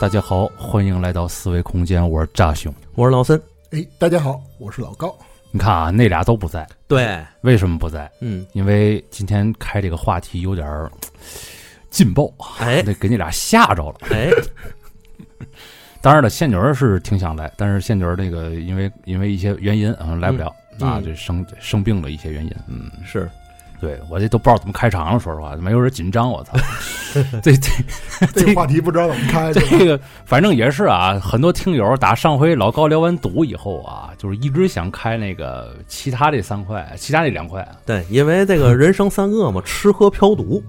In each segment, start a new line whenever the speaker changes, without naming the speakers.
大家好，欢迎来到思维空间，我是炸兄。
我是老森。
哎，大家好，我是老 高。
你看啊，那俩都不在，
对，
为什么不在？
嗯，
因为今天开这个话题有点儿呃劲爆，啊
哎
得给你俩吓着了。
哎，
当然了，仙女儿是挺想来，但是仙女儿那个因为因为一些原因啊、嗯来不了、
嗯
啊，
嗯
这生生病了一些原因。嗯，
是
对我这都不知道怎么开场了，说实话，没有人紧张，我 操，这这
这个话题不知道怎么 开，这
这个反正也是啊，很多听友打上回老高聊完赌以后啊，就是一直想开那个其他这三块，其他这两块，啊
对，因为这个人生三恶嘛，吃喝嫖赌。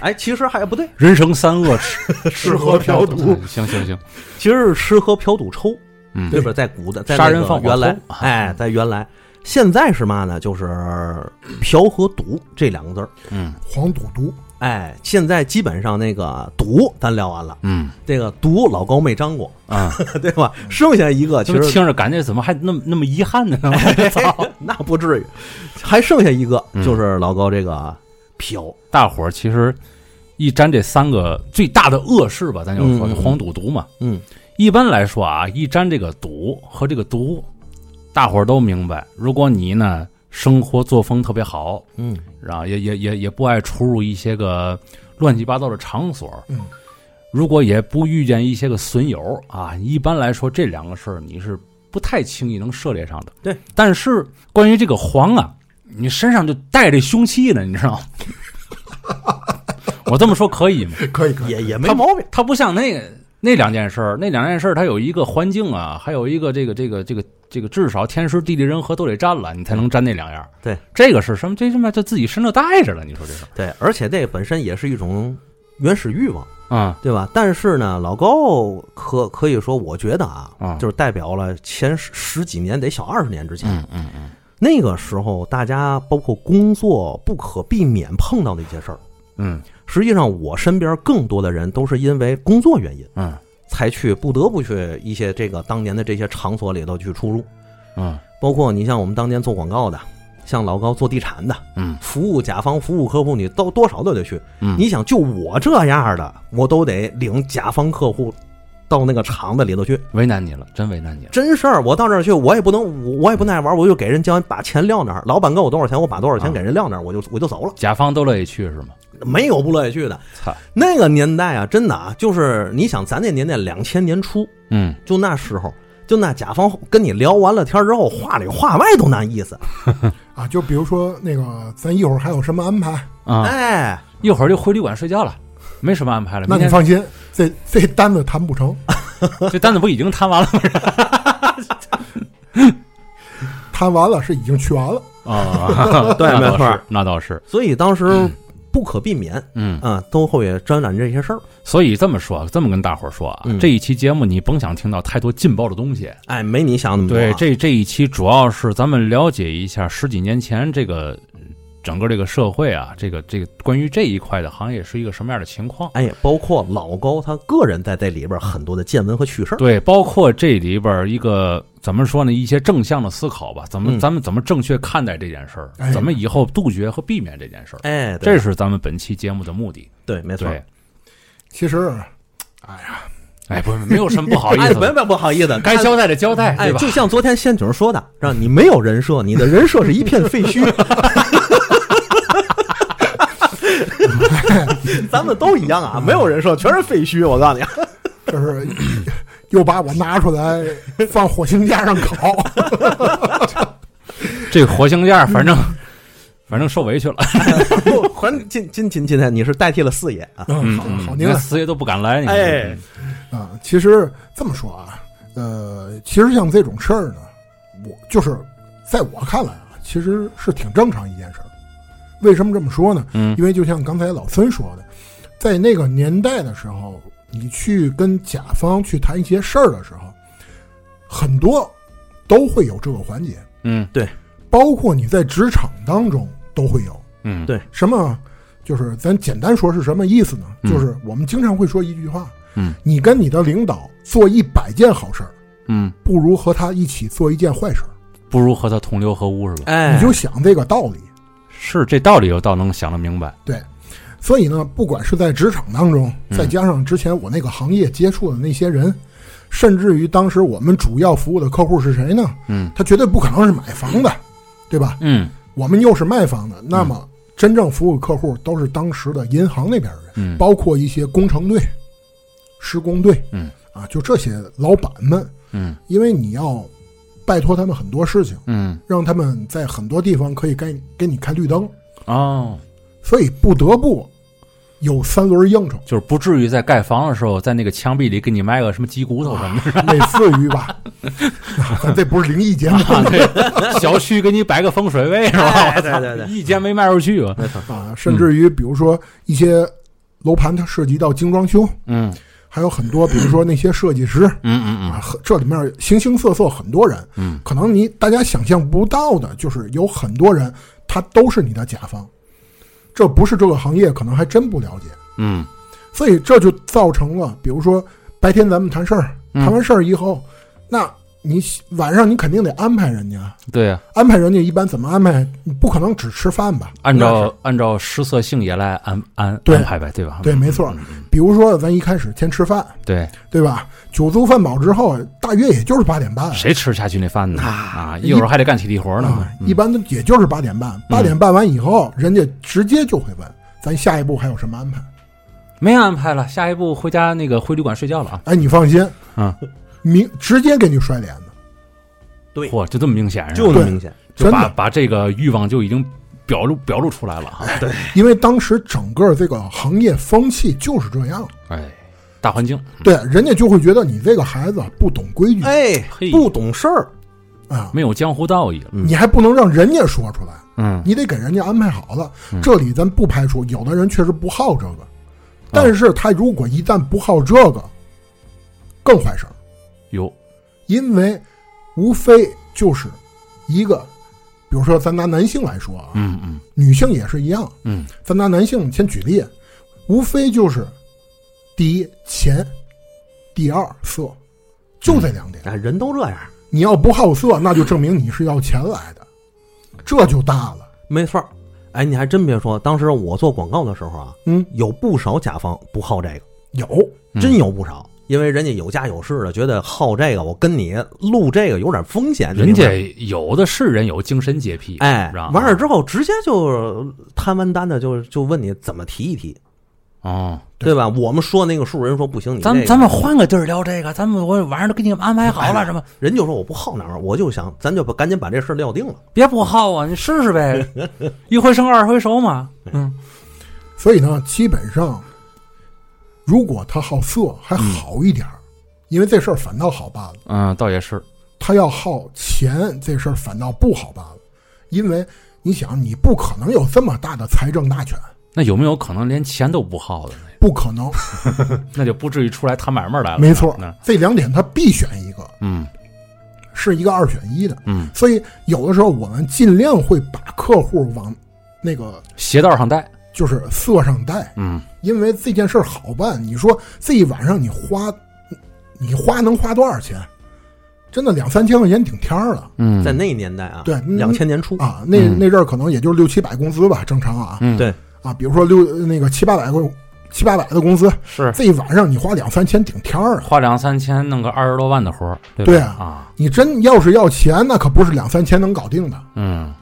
哎，其实还不对，
人生三恶吃
吃喝嫖赌，
行行行，
其实是吃喝嫖赌抽，
嗯，
对吧？在古代，在
杀
那
人
个
放火
原来
偷，
哎，在原来，现在是嘛呢？就是嫖和赌这两个字儿。
嗯
黄赌毒，
哎，现在基本上那个赌咱聊完了，
嗯
这个赌老高没张过，
啊，
对吧？剩下一个其
就
实
听着感觉怎么还那么那么遗憾呢？ 操，
那不至于，还剩下一个
嗯
就是老高这个嫖，
大伙儿其实一沾这三个最大的恶事吧，咱就说
嗯嗯嗯
黄赌毒嘛。
嗯，
一般来说啊，一沾这个赌和这个毒，大伙儿都明白。如果你呢生活作风特别好，
嗯，
然后也也也也不爱出入一些个乱七八糟的场所，
嗯，
如果也不遇见一些个损友啊，一般来说这两个事儿你是不太轻易能涉猎上的。
对，
但是关于这个黄啊，你身上就带着凶器呢，你知道吗？ 我这么说可以吗？
可以可 以，
也也没毛病。
它不像那个那两件事儿，那两件事儿它有一个环境啊，还有一个这个这个这个这个，至少天时地利人和都得占了，你才能占那两样儿。
对，
这个是什么？这他妈就自己身上带着了，你说这是？
对，而且这本身也是一种原始欲望，
啊、
对吧？但是呢，老高可可以说，我觉得啊，
嗯
就是代表了前十十几年，得小二十年之前，
嗯嗯嗯，
那个时候大家包括工作不可避免碰到的一些事儿。
嗯
实际上，我身边更多的人都是因为工作原因
嗯
才去不得不去一些这个当年的这些场所里头去出入，
嗯
包括你像我们当年做广告的，像老高做地产的，
嗯
服务甲方、服务客户，你都多少都得去。
嗯，
你想，就我这样的，我都得领甲方客户到那个厂子里头去。
为难你了，真为难你了。
真事儿，我到那儿去，我也不能，我我也不耐玩，我就给人交，把钱撂那儿。老板给我多少钱，我把多少钱
啊
给人撂那儿，我就我就走了，
甲方都乐意去是吗？
没有不乐意去的。
操，
那个年代啊，真的啊，就是你想，咱那年代两千年初，
嗯，
就那时候，就那甲方跟你聊完了天之后，话里话外都那意思。
啊，就比如说那个，咱一会儿还有什么安排？
啊、
哎，
一会儿就回旅馆睡觉了，没什么安排了。
那
明
你
天
放心，这这单子谈不成，
这单子不已经谈完了吗？
谈完了是已经去完了，
啊，
对
那倒
没错
是，那倒是，
所以当时不可避免
嗯。
啊，都会沾染这些事儿。
所以这么说，这么跟大伙儿说啊，
嗯
这一期节目你甭想听到太多劲爆的东西。
哎，没你想那么多啊。
对，这这一期主要是咱们了解一下十几年前这个呃整个这个社会啊，这个这个关于这一块的行业是一个什么样的情况。
哎，包括老高他个人在这里边很多的见闻和趣事儿。
对，包括这里边儿一个怎么说呢？一些正向的思考吧，怎么、
嗯
咱们怎么正确看待这件事儿
哎，
怎么以后杜绝和避免这件事儿，
哎，对
这是咱们本期节目的目的。
对，没错。
对，
其实
哎，不，没有什么不好意
哎，
思
不
的，
要不好意思，
该交代的交代，
哎，
对吧？
就像昨天仙女说的，让你没有人设，你的人设是一片废 墟。咱们都一样啊，没有人设，全是废墟。我告诉你，
这是 又把我拿出来放火星架上 烤，
这活性价，反正反正受委屈了。
不还今今今今天你是代替了四爷啊，
嗯，好
嗯
好，
你
您
看
来
四爷都不敢来，你看
哎，
啊，其实这么说啊，呃，其实像这种事儿呢，我就是在我看来啊，其实是挺正常一件事儿。为什么这么说呢？
嗯
因为就像刚才老孙说的，在那个年代的时候，你去跟甲方去谈一些事儿的时候，很多都会有这个环节，
嗯
包括你在职场当中都会有。
嗯，
对
什么？就是咱简单说是什么意思呢？
嗯
就是我们经常会说一句话，
嗯，
你跟你的领导做一百件好事儿，
嗯，
不如和他一起做一件坏事儿。
不如和他同流合污是吧？
哎
你就想这个道理。
是这道理，我倒能想得明白。
对，所以呢，不管是在职场当中，
嗯
再加上之前我那个行业接触的那些人，甚至于当时我们主要服务的客户是谁呢？
嗯
他绝对不可能是买房的，对吧？
嗯
我们又是卖房的，那么真正服务客户都是当时的银行那边的人，
嗯，
包括一些工程队、施工队，
嗯
啊，就这些老板们，
嗯
因为你要拜托他们很多事情，
嗯
让他们在很多地方可以给给你开绿灯，
哦，，
所以不得不有三轮应酬
就是不至于在盖房的时候，在那个墙壁里给你埋个什么鸡骨头什 么的，
类似于吧， 啊这不是灵异节目
啊对小区给你摆个风水位是吧？
哎对对对
一间没卖出去啊。
没错，
啊，甚至于比如说一些楼盘它涉及到精装修，
嗯
还有很多比如说那些设计师。
嗯嗯
啊，很这里面形形色色很多人，
嗯，
可能你大家想象不到的，就是有很多人他都是你的甲方，这不是这个行业可能还真不了解，
嗯
所以这就造成了，比如说白天咱们谈事儿，
嗯
谈完事儿以后，那你晚上你肯定得安排人家，
嗯，对呀，
安排人家一般怎么安排？你不可能只吃饭吧？
按
那
照按照失色性也来安安
对
安排呗，对吧？
是对，没错。
嗯
比如说咱一开始先吃饭，
对，
对吧？酒足饭饱之后，大约也就是八点半，
谁吃下去那饭呢？
啊
啊，一会儿还得干体力活呢嗯
啊。，一般都也就是八点半，八点半完以后，人家直接就会问咱下一步还有什么安排。
没安排了，下一步回家那个回旅馆睡觉了啊。
哎，你放心，
嗯，
明直接给你摔脸子，
对
嚯，就这么明显是吧，
就那么明显，
就
真
把
的，
把这个欲望就已经表露表露出来了哈。
因为当时整个这个行业风气就是这样，
哎，大环境，
对，人家就会觉得你这个孩子不懂规矩
哎，
嘿，
不懂事儿，
啊，
没有江湖道义了。
嗯
你还不能让人家说出来，
嗯
你得给人家安排好了
嗯。
这里咱不排除有的人确实不好这个，但是他如果一旦不好这个，更坏事儿。
有，
因为无非就是一个，比如说咱拿男性来说啊，
嗯嗯
女性也是一样。
嗯
咱拿男性先举例，无非就是第一钱，第二色，就这两
嗯
点。
啊，人都这样，
你要不好色，那就证明你是要钱来的，这就大了。
没错儿。哎，你还真别说，当时我做广告的时候啊，
嗯，
有不少甲方不好这个，
有
嗯
真有不少，因为人家有家有室的，觉得好这个，我跟你录这个有点风险，
人
你明
家
白吗
有的是人有精神洁癖，
哎
是吧，
完事儿之后直接就摊完单的就就问你怎么提一提，
哦，
对吧？我们说那个数，人说不行，你
咱
这
们
个
咱们换个地儿聊这个，咱们我晚上都给你们安排好 了，什么
人就说我不好哪儿，我就想咱就把赶紧把这事儿撂定了。
别不好啊，你试试呗， 一回生二回熟嘛。嗯
所以呢，基本上，如果他好色还好一点儿，因为这事儿反倒好办了。
嗯，倒也是，
他要好钱这事儿反倒不好办了，因为你想，你不可能有这么大的财政大权，
那有没有可能连钱都不好的呢？
不可能，
那就不至于出来谈买卖哎来了。
没错
那，
这两点他必选一个，
嗯
是一个二选一的。
嗯，
所以有的时候我们尽量会把客户往那个
邪道上带，
就是色上带，
嗯
因为这件事儿好办。你说这一晚上你花，你花能花多少钱？真的两三千块钱顶天儿了
嗯
在那年代啊，
对嗯
两千年初，
啊！那
嗯
那阵儿可能也就六七百工资吧，正常啊。
嗯
对
啊，比如说六那个七八百块七八百的工资，
是
这一晚上你花两三千顶天儿啊！
花两三千弄个二十多万的活儿，对吧
对啊
啊，
你真要是要钱，那可不是两三千能搞定的，
嗯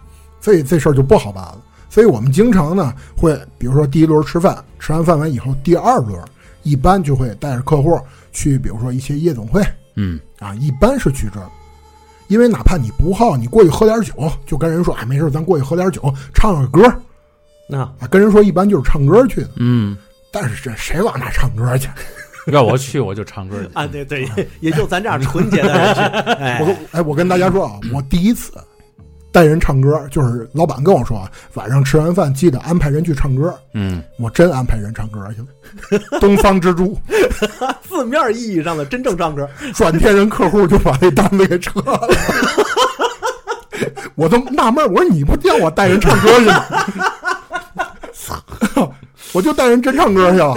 所以这事儿就不好办了。所以我们经常呢会，比如说第一轮吃饭，吃完饭完以后，第二轮一般就会带着客户去，比如说一些夜总会
嗯
啊，一般是去这儿，因为哪怕你不好，你过去喝点酒，就跟人说，哎，没事儿，咱过去喝点酒，唱个歌儿
那
啊，跟人说一般就是唱歌去的，
嗯，
但是这谁往那唱歌去？
要我去我就唱 歌去。
啊，对对，也就咱这样纯洁的人 去，
我
哎
跟哎，我跟大家说啊，我第一次带人唱歌，就是老板跟我说啊，晚上吃完饭记得安排人去唱歌。
嗯，
我真安排人唱歌去了，东方之珠，
字面意义上的真正唱 歌，
转天人客户就把那单子给撤了。我都纳闷儿，我说你不叫我带人唱歌去吗？操！我就带人真唱歌去了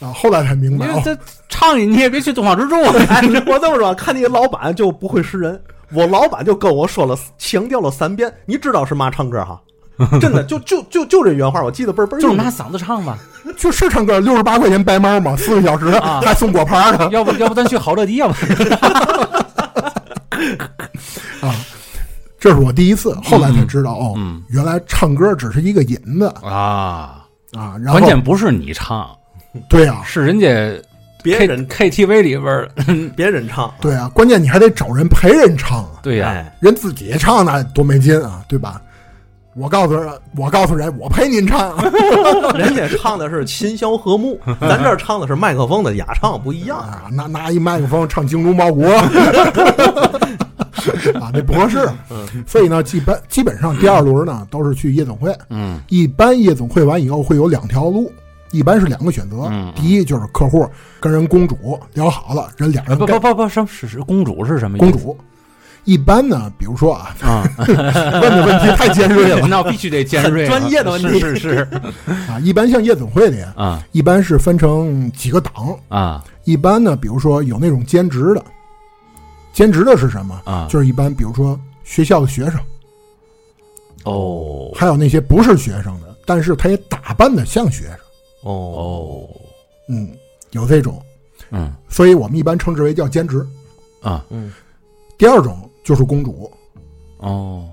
啊！后来才明
你
白啊，
这唱你你也别去东方之珠。
哎，我这么说，看你老板就不会识人。我老板就跟我说了，强调了三遍，你知道是嘛唱歌哈？真的就就就就这原话，我记得倍儿倍儿
就是
印
拿
象。
嗓子唱吧，
就是唱歌，六十八块钱白猫嘛，四个小时
啊
还送果盘呢。
要不要不咱去好乐迪，啊要不
这是我第一次，后来才知道哦，
嗯
原来唱歌只是一个引子
啊，
啊。然后
关键不是你唱，
对啊，
是人家
别
K
人
KTV 里边儿，
别人唱，
对啊，关键你还得找人陪人唱啊，
对呀、
哎，
人自己唱那多没劲啊，对吧？我告诉人，我告诉人，我陪您唱啊。
人家唱的是琴箫 和睦，咱这儿唱的是麦克风的雅唱，不一样啊。
啊，拿拿一麦克风唱《精忠报国》 啊，那不合适。
嗯
所以呢，基本基本上第二轮呢都是去夜总会。
嗯
一般夜总会完以后会有两条路，一般是两个选择。
嗯
第一就是客户跟人公主聊好了，人俩人
不
该
不不不，什么是是公主是什么意思？
公主。一般呢，比如说啊，
啊，
问的问题太尖锐 了
那必须得尖锐啊，
专业的问题
是是是
啊。一般像夜总会里，
啊
一般是分成几个档。
啊
一般呢，比如说有那种兼职的，兼职的是什么？
啊
就是一般，比如说学校的学生，
哦
还有那些不是学生的，但是他也打扮的像学生，
哦，
哦
嗯，有这种，
嗯
所以我们一般称之为叫兼职。
啊
嗯，
第二种就是公主，
哦，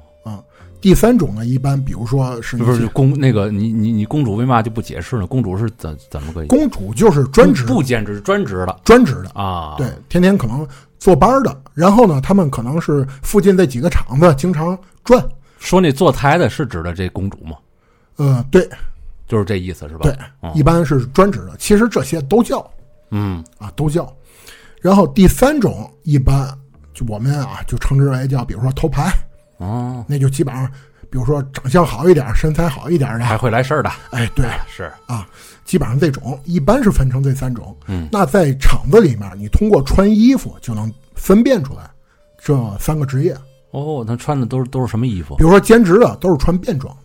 第三种呢，一般比如说是
不是公那个你你你公主为嘛就不解释呢？公主是怎怎么个
公主就是专职
不兼职专职的
专职的，
啊？
对，天天可能坐班儿的，然后呢，他们可能是附近这几个厂子经常转，
说那坐台的是指的这公主吗？
呃，对，
就是这意思是吧？
对
嗯
一般是专职的，其实这些都叫
嗯
啊，都叫。然后第三种一般就我们啊就称之为叫，比如说头牌，
哦，
那就基本上，比如说长相好一点、身材好一点
还
的，
会来事儿的，
哎，对，
是
基本上这种一般是分成这三种。
嗯
那在厂子里面，你通过穿衣服就能分辨出来这三个职业。
哦，他穿的都是都是什么衣服
比？如说兼职的都是穿便装，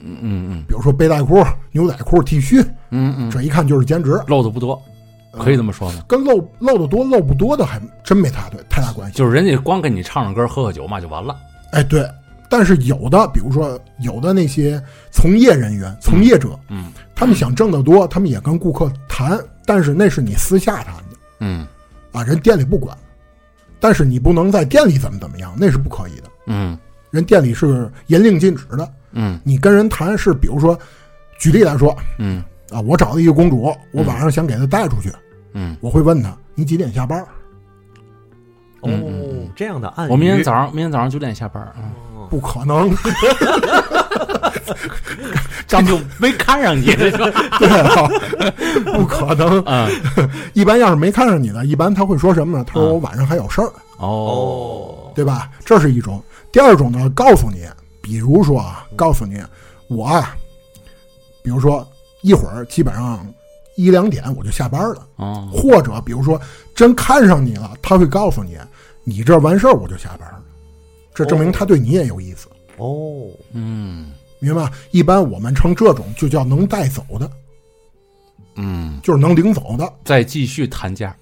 嗯嗯
比如说背带裤、牛仔裤、T 恤，
嗯嗯嗯，
这一看就是兼职。
露的不多，
嗯
可以这么说吗？
跟露露的多露不多的还真没太对太大关系。
就是人家光跟你唱唱歌、喝喝酒嘛就完了。
哎，对，但是有的，比如说有的那些从业人员、从业者，
嗯
他们想挣得多，他们也跟顾客谈，但是那是你私下谈的
嗯
啊，人店里不管。但是你不能在店里怎么怎么样，那是不可以的。
嗯
人店里是严令禁止的。
嗯
你跟人谈是，比如说，举例来说
嗯
啊，我找了一个公主，我晚上想给她带出去，
嗯，
我会问她你几点下班？
哦
嗯嗯嗯，
这样的暗语，
我明天早上明天早上九点下班儿，嗯
哦
不可能，
这 就没看上 你，这就
对啊， 不可能。
嗯
一般要是没看上你的，一般他会说什么呢？他说
嗯
我晚上还有事儿，
哦
对吧？这是一种。第二种呢，告诉你，比如说啊，告诉你我啊，比如说一会儿基本上一两点我就下班了，
哦
或者比如说真看上你了，他会告诉你，你这完事儿我就下班了，这证明他对你也有意思，
哦，
嗯
明白吧？一般我们称这种就叫能带走的，
嗯，
就是能领走的。
再继续谈价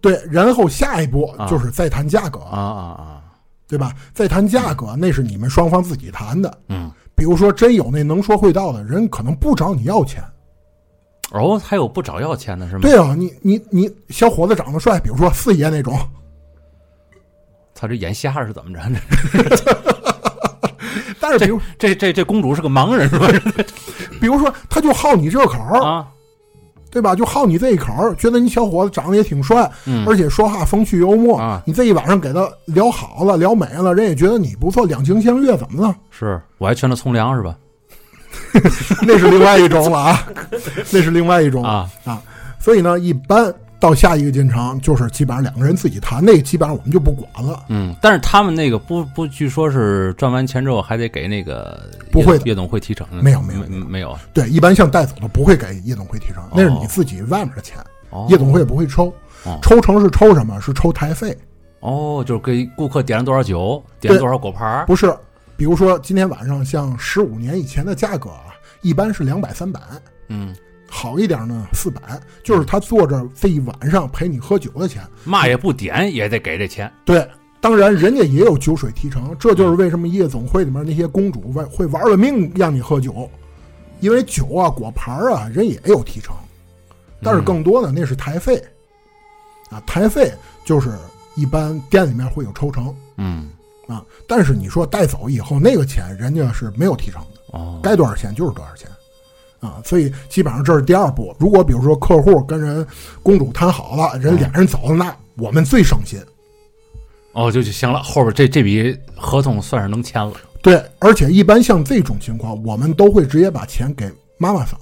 对，然后下一步
啊
就是再谈价格，
啊啊啊，
对吧？再谈价格，那是你们双方自己谈的。
嗯
比如说，真有那能说会道的人，可能不找你要钱。
哦，还有不找要钱的是吗？
对啊，你你你，小伙子长得帅，比如说四爷那 种，
他这眼瞎了是怎么着？
但是比如
这这这公主是个盲人是吧？
比如说，他就好你这口儿，
啊，
对吧？就好你这一口儿，觉得你小伙子长得也挺帅，
嗯
而且说话风趣幽默。
啊
你这一晚上给他聊好了，聊美了，人也觉得你不错，两情相悦，怎么了？
是，我还劝他从良是吧？
那是另外一种了啊，那是另外一种
啊，
所以呢，一般到下一个进程就是基本上两个人自己谈，那个基本上我们就不管了。
嗯，但是他们那个不不，据说是赚完钱之后还得给那个
不会的
夜总会提成呢，
没有没有
没没有，
对，一般像带走的不会给夜总会提成，那是你自己外面的钱，
哦
夜总会不会抽
哦。
抽成是抽什么？是抽台费，
哦，就是给顾客点了多少酒，点了
对
多少果盘儿，
不是。比如说今天晚上像十五年以前的价格啊，一般是两百三百，
嗯，
好一点呢四百，就是他坐着这一晚上陪你喝酒的钱。
嘛也不点也得给这钱，
对，当然，人家也有酒水提成，这就是为什么夜总会里面那些公主玩会玩了命让你喝酒，因为酒啊、果盘儿啊，人也有提成，但是更多的那是台费啊，台费就是一般店里面会有抽成
嗯
啊，但是你说带走以后那个钱，人家是没有提成的。
哦，
该多少钱就是多少钱，啊，所以基本上这是第二步。如果比如说客户跟人公主谈好了，人俩人走了，那我们最省心。
哦就就行了，后边这这笔合同算是能签了。
对，而且一般像这种情况，我们都会直接把钱给妈妈桑，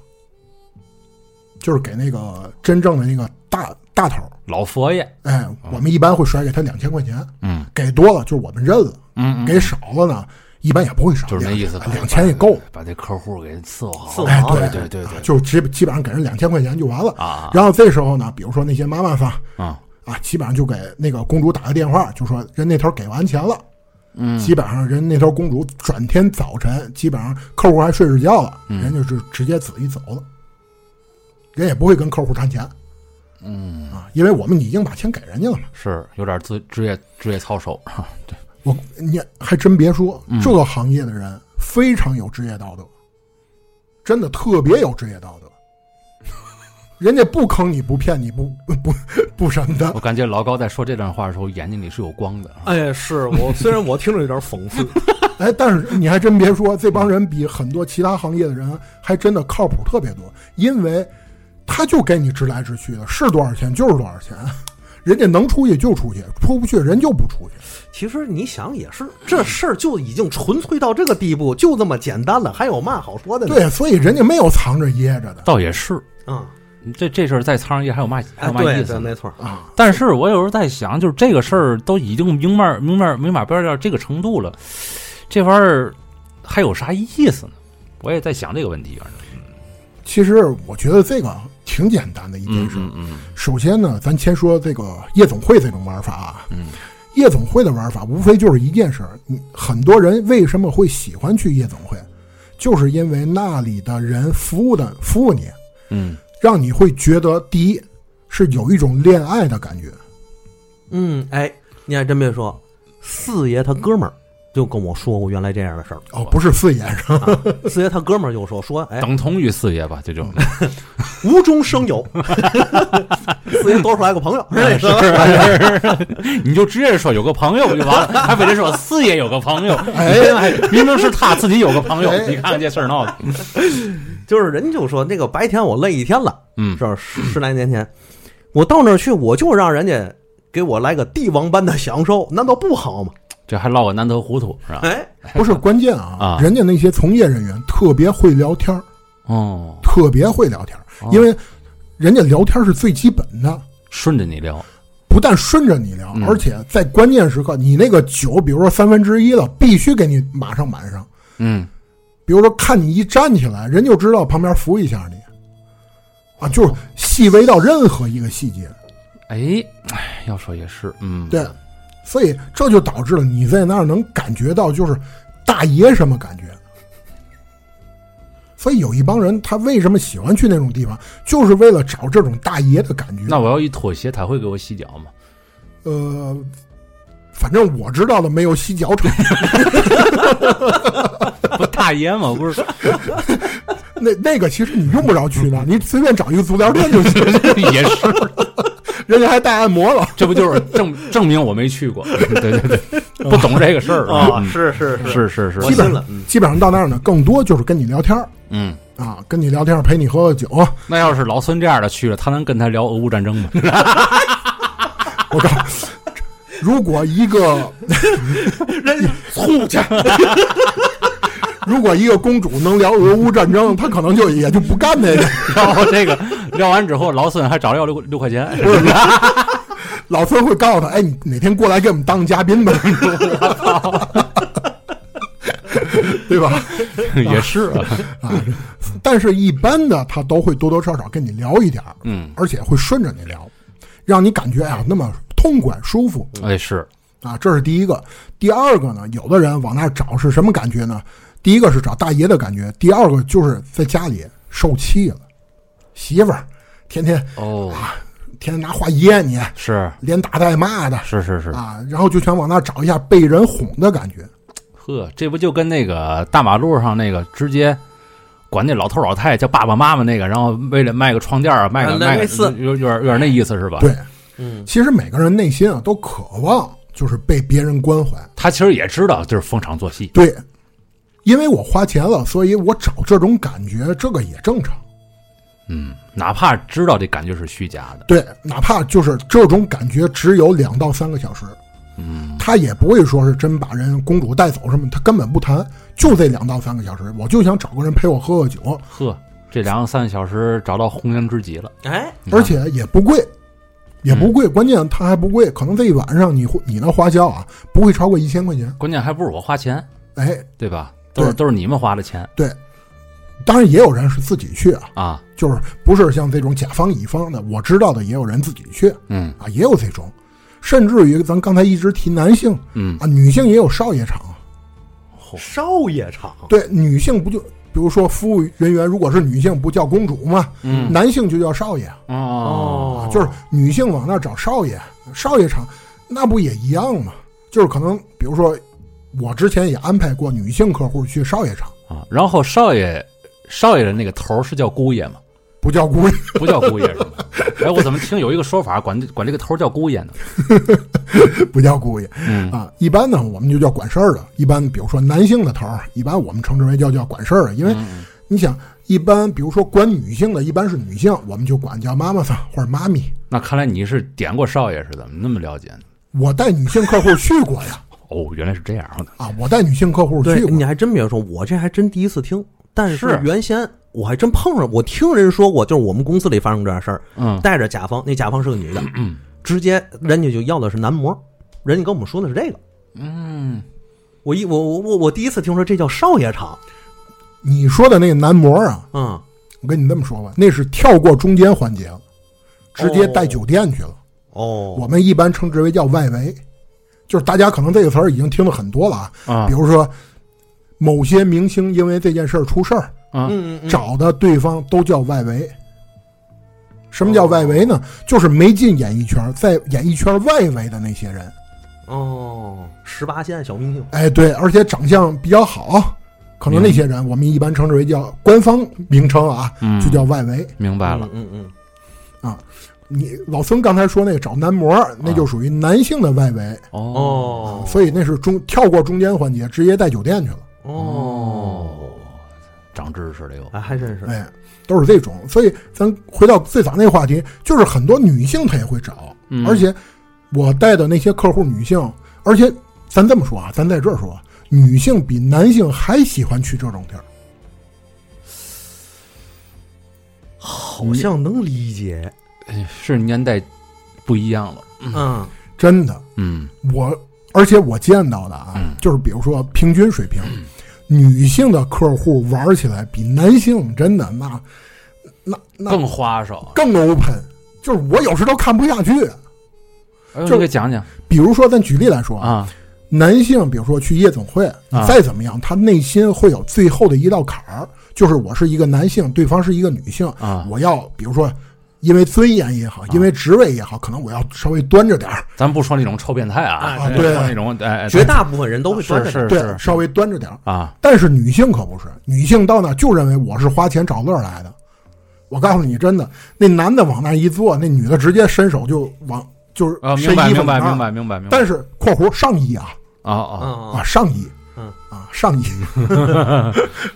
就是给那个真正的那个大大头儿。
老佛爷，
哎，我们一般会甩给他两千块钱，
哦嗯
给多了就是我们认了，
嗯，
给少了呢，一般也不会少，
就是那意思，
两千也够了。
把这客户给伺候好
伺候
了。
哎，
好
对
对对对
就基基本上给人两千块钱就完了。
啊
然后这时候呢，比如说那些妈妈桑
啊，
啊，基本上就给那个公主打个电话，就说人那头给完钱了。嗯，基本上人那头公主转天早晨，基本上客户还睡着觉了，
嗯
人就是直接自己走了，人也不会跟客户谈钱。嗯啊，因为我们已经把钱给人家了嘛。
是有点自职业职业操守， 哈对，
我你还真别说，这个行业的人非常有职业道德，真的特别有职业道德。人家不坑你不骗你不不不不什么的
我，感觉老高在说这段话的时候，眼睛里是有光的。
哎，是我虽然我听着有点讽刺，
哎，但是你还真别说，这帮人比很多其他行业的人还真的靠谱特别多，因为他就给你直来直去的，是多少钱就是多少钱，人家能出去就出去，出不去人就不出去。
其实你想也是，这事儿就已经纯粹到这个地步，就这么简单了，还有嘛好说的呢？
对，所以人家没有藏着掖着的
倒也是，
啊，
这这事儿在苍蝇界还有嘛还
哎，
有嘛
对
意
对，
思呢？
没错儿，
啊。
但是我有时候在想，就是这个事儿都已经明面明面明码标儿到这个程度了，这玩意儿还有啥意思呢？我也在想这个问题，反
哎
正
其实我觉得这个挺简单的一件事。
嗯
首先呢，咱先说这个夜总会这种玩法啊。
嗯，
夜总会的玩法无非就是一件事儿，你很多人为什么会喜欢去夜总会，就是因为那里的人服务的服务你，
嗯
让你会觉得第一是有一种恋爱的感觉。
嗯，哎，你还真别说，四爷他哥们儿就跟我说过原来这样的事儿，
哦，不是四眼是吧？
四爷他哥们儿就说说，哎，
等同于四爷吧，这就
无中生有， 四爷多出来 个朋友，
哎
是吧？
你就直接说有个朋友不就完了，还非得说四爷有个朋友，
哎，
明明是他自己有个朋友
哎，
你看看这事儿闹的，
就是人就说那个白天我累一天了，
嗯
是吧？十十来年前，我到那儿去，我就让人家给我来个帝王般的享受，难道不好吗？
这还落个难得糊涂是吧？
哎，
不是关键啊
啊，
人家那些从业人员特别会聊天儿，
哦，
特别会聊天儿，因为人家聊天儿是最基本的。
顺着你聊，
不但顺着你聊，
嗯
而且在关键时刻，你那个酒，比如说三分之一了，必须给你马上满上。
嗯，
比如说，看你一站起来，人就知道旁边扶一下你，啊，就是细微到任何一个细节。
哎，哎要说也是，嗯，
对，所以这就导致了你在那儿能感觉到就是大爷什么感觉。所以有一帮人，他为什么喜欢去那种地方，就是为了找这种大爷的感觉。
那我要一妥协，他会给我洗脚吗？
呃，反正我知道的没有洗脚场。
不大爷吗？不是，
那那个其实你用不着去那儿，你随便找一个足疗店就行，
也是，
人家还带按摩了。
这不就是证证明我没去过？ 对对对，不懂这个事儿嗯
啊是哦是
是是是，
我
基
信
本
了，嗯
基本上到那儿呢，更多就是跟你聊天儿
嗯，
啊，跟你聊天儿，陪你喝喝酒。
那要是老孙这样的去了，他能跟他聊俄乌战争吗？
我告诉你，如果一个
人出去，
如果一个公主能聊俄乌战争，她可能就也就不干那个。
然后这个聊完之后，老孙还找了要六六块钱，
老孙会告诉她，哎，你哪天过来给我们当嘉宾吧， 对吧？
也是啊，
啊，但是一般的他都会多多少少跟你聊一点儿，
嗯，
而且会顺着你聊，让你感觉哎呀那么痛快舒服
哎是，
啊，这是第一个。第二个呢，有的人往那儿找是什么感觉呢？第一个是找大爷的感觉，第二个就是在家里受气了，媳妇儿天天
哦，
天天拿话噎你，
是
连打带骂的
是是是，
啊，然后就想往那找一下被人哄的感觉。
呵，这不就跟那个大马路上那个直接管那老头老太太叫爸爸妈妈那个，然后为了卖个窗垫儿，卖个
啊
卖
类
个
似
有有点有点那意思是吧？
对，
嗯，
其实每个人内心啊都渴望就是被别人关怀，
他其实也知道这是逢场作戏，
对，因为我花钱了，所以我找这种感觉，这个也正常。
嗯，哪怕知道这感觉是虚假的，
对，哪怕就是这种感觉只有两到三个小时，
嗯，
他也不会说是真把人公主带走什么，他根本不谈，就这两到三个小时，我就想找个人陪我喝喝酒，
呵，这两个三个小时找到红颜知己了，
哎，
你看
而且也不贵，也不贵，关键它还不贵，可能这一晚上你会你那花销啊不会超过一千块钱，
关键还不是我花钱，
哎，
对吧？都是
对
都是你们花的钱
当然也有人是自己去啊，
啊，
就是不是像这种甲方乙方的，我知道的也有人自己去
嗯
啊，也有这种，甚至于咱刚才一直提男性
嗯，
啊，女性也有少爷场啊。
少爷场，
对，女性不就比如说服务人员如果是女性不叫公主嘛，
嗯
男性就叫少爷啊，
哦，
就是女性往那儿找少爷，少爷场那不也一样吗？就是可能比如说我之前也安排过女性客户去少爷场，
啊，然后少爷少爷的那个头儿是叫姑爷吗？
不叫姑爷，
不叫姑爷是吗？哎，我怎么听有一个说法，管这管这个头儿叫姑爷呢？
不叫姑爷
嗯
啊。一般呢，我们就叫管事儿的。一般比如说男性的头儿，一般我们称之为叫叫管事儿的，因为
嗯
你想，一般比如说管女性的，一般是女性，我们就管叫妈妈桑或者妈咪。
那看来你是点过少爷是怎么那么了解呢？
我带女性客户去 过呀。
哦，原来是这样的。
啊，我带女性客户
对
去，过
你，还真别说，我这还真第一次听。但
是
是原先我还真碰上，我听人说过，就是我们公司里发生这样事儿，
嗯
带着甲方，那甲方是个女的，
嗯
直接人家就要的是男模，人家跟我们说的是这个。
嗯，
我一我我我我第一次听说这叫少爷场，
你说的那个男模啊，
嗯，
我跟你这么说吧，那是跳过中间环节了，直接带酒店去了。
哦，
我们一般称之为叫外围，就是大家可能这个词儿已经听了很多了啊。
啊
比如说，某些明星因为这件事儿出事儿，
嗯嗯嗯，
找的对方都叫外围。什么叫外围呢？就是没进演艺圈，在演艺圈外围的那些人。
哦，十八线小明星，
哎，对，而且长相比较好，可能那些人我们一般称之为叫官方名称啊，
嗯
就叫外围。
明白了，
嗯嗯
你老孙刚才说那个找男模，那就属于男性的外围，
嗯，
哦
啊哦，
所以那是中跳过中间环节，直接带酒店去了。
哦，，
长知识了又。
哎，还真是，
哎，都是这种。所以咱回到最早那话题，就是很多女性她也会找，
嗯
而且我带的那些客户女性，而且咱这么说啊，咱在这儿说，女性比男性还喜欢去这种地儿。
好像能理解，
哎是年代不一样了。
嗯
真的，
嗯
我而且我见到的啊，就是比如说平均水平，女性的客户玩起来比男性真的那那那
更花哨。
更 open，就是我有时都看不下去。
哎呦，
就
你给讲讲
比如说，咱举例来说，
啊。
男性比如说去夜总会，你
啊
再怎么样，他内心会有最后的一道坎儿，就是我是一个男性，对方是一个女性，
啊
我要比如说。因为尊严也好，因为职位也好，可能我要稍微端着点儿，
咱不说那种臭变态啊，
啊
咱
对
说那种哎，哎
绝大部分人都会
是
穿着
是
对，
是
稍微端着点儿。
啊，
但是女性可不是，女性到那儿就认为我是花钱找乐儿来的。我告诉你，真的，那男的往那一坐，那女的直接伸手就往就是
啊，
伸
明
衣服
白明白
往那儿
明。白明白明白。
但是（括弧上衣啊
啊
嗯
啊，
嗯
啊上衣，
嗯
啊上衣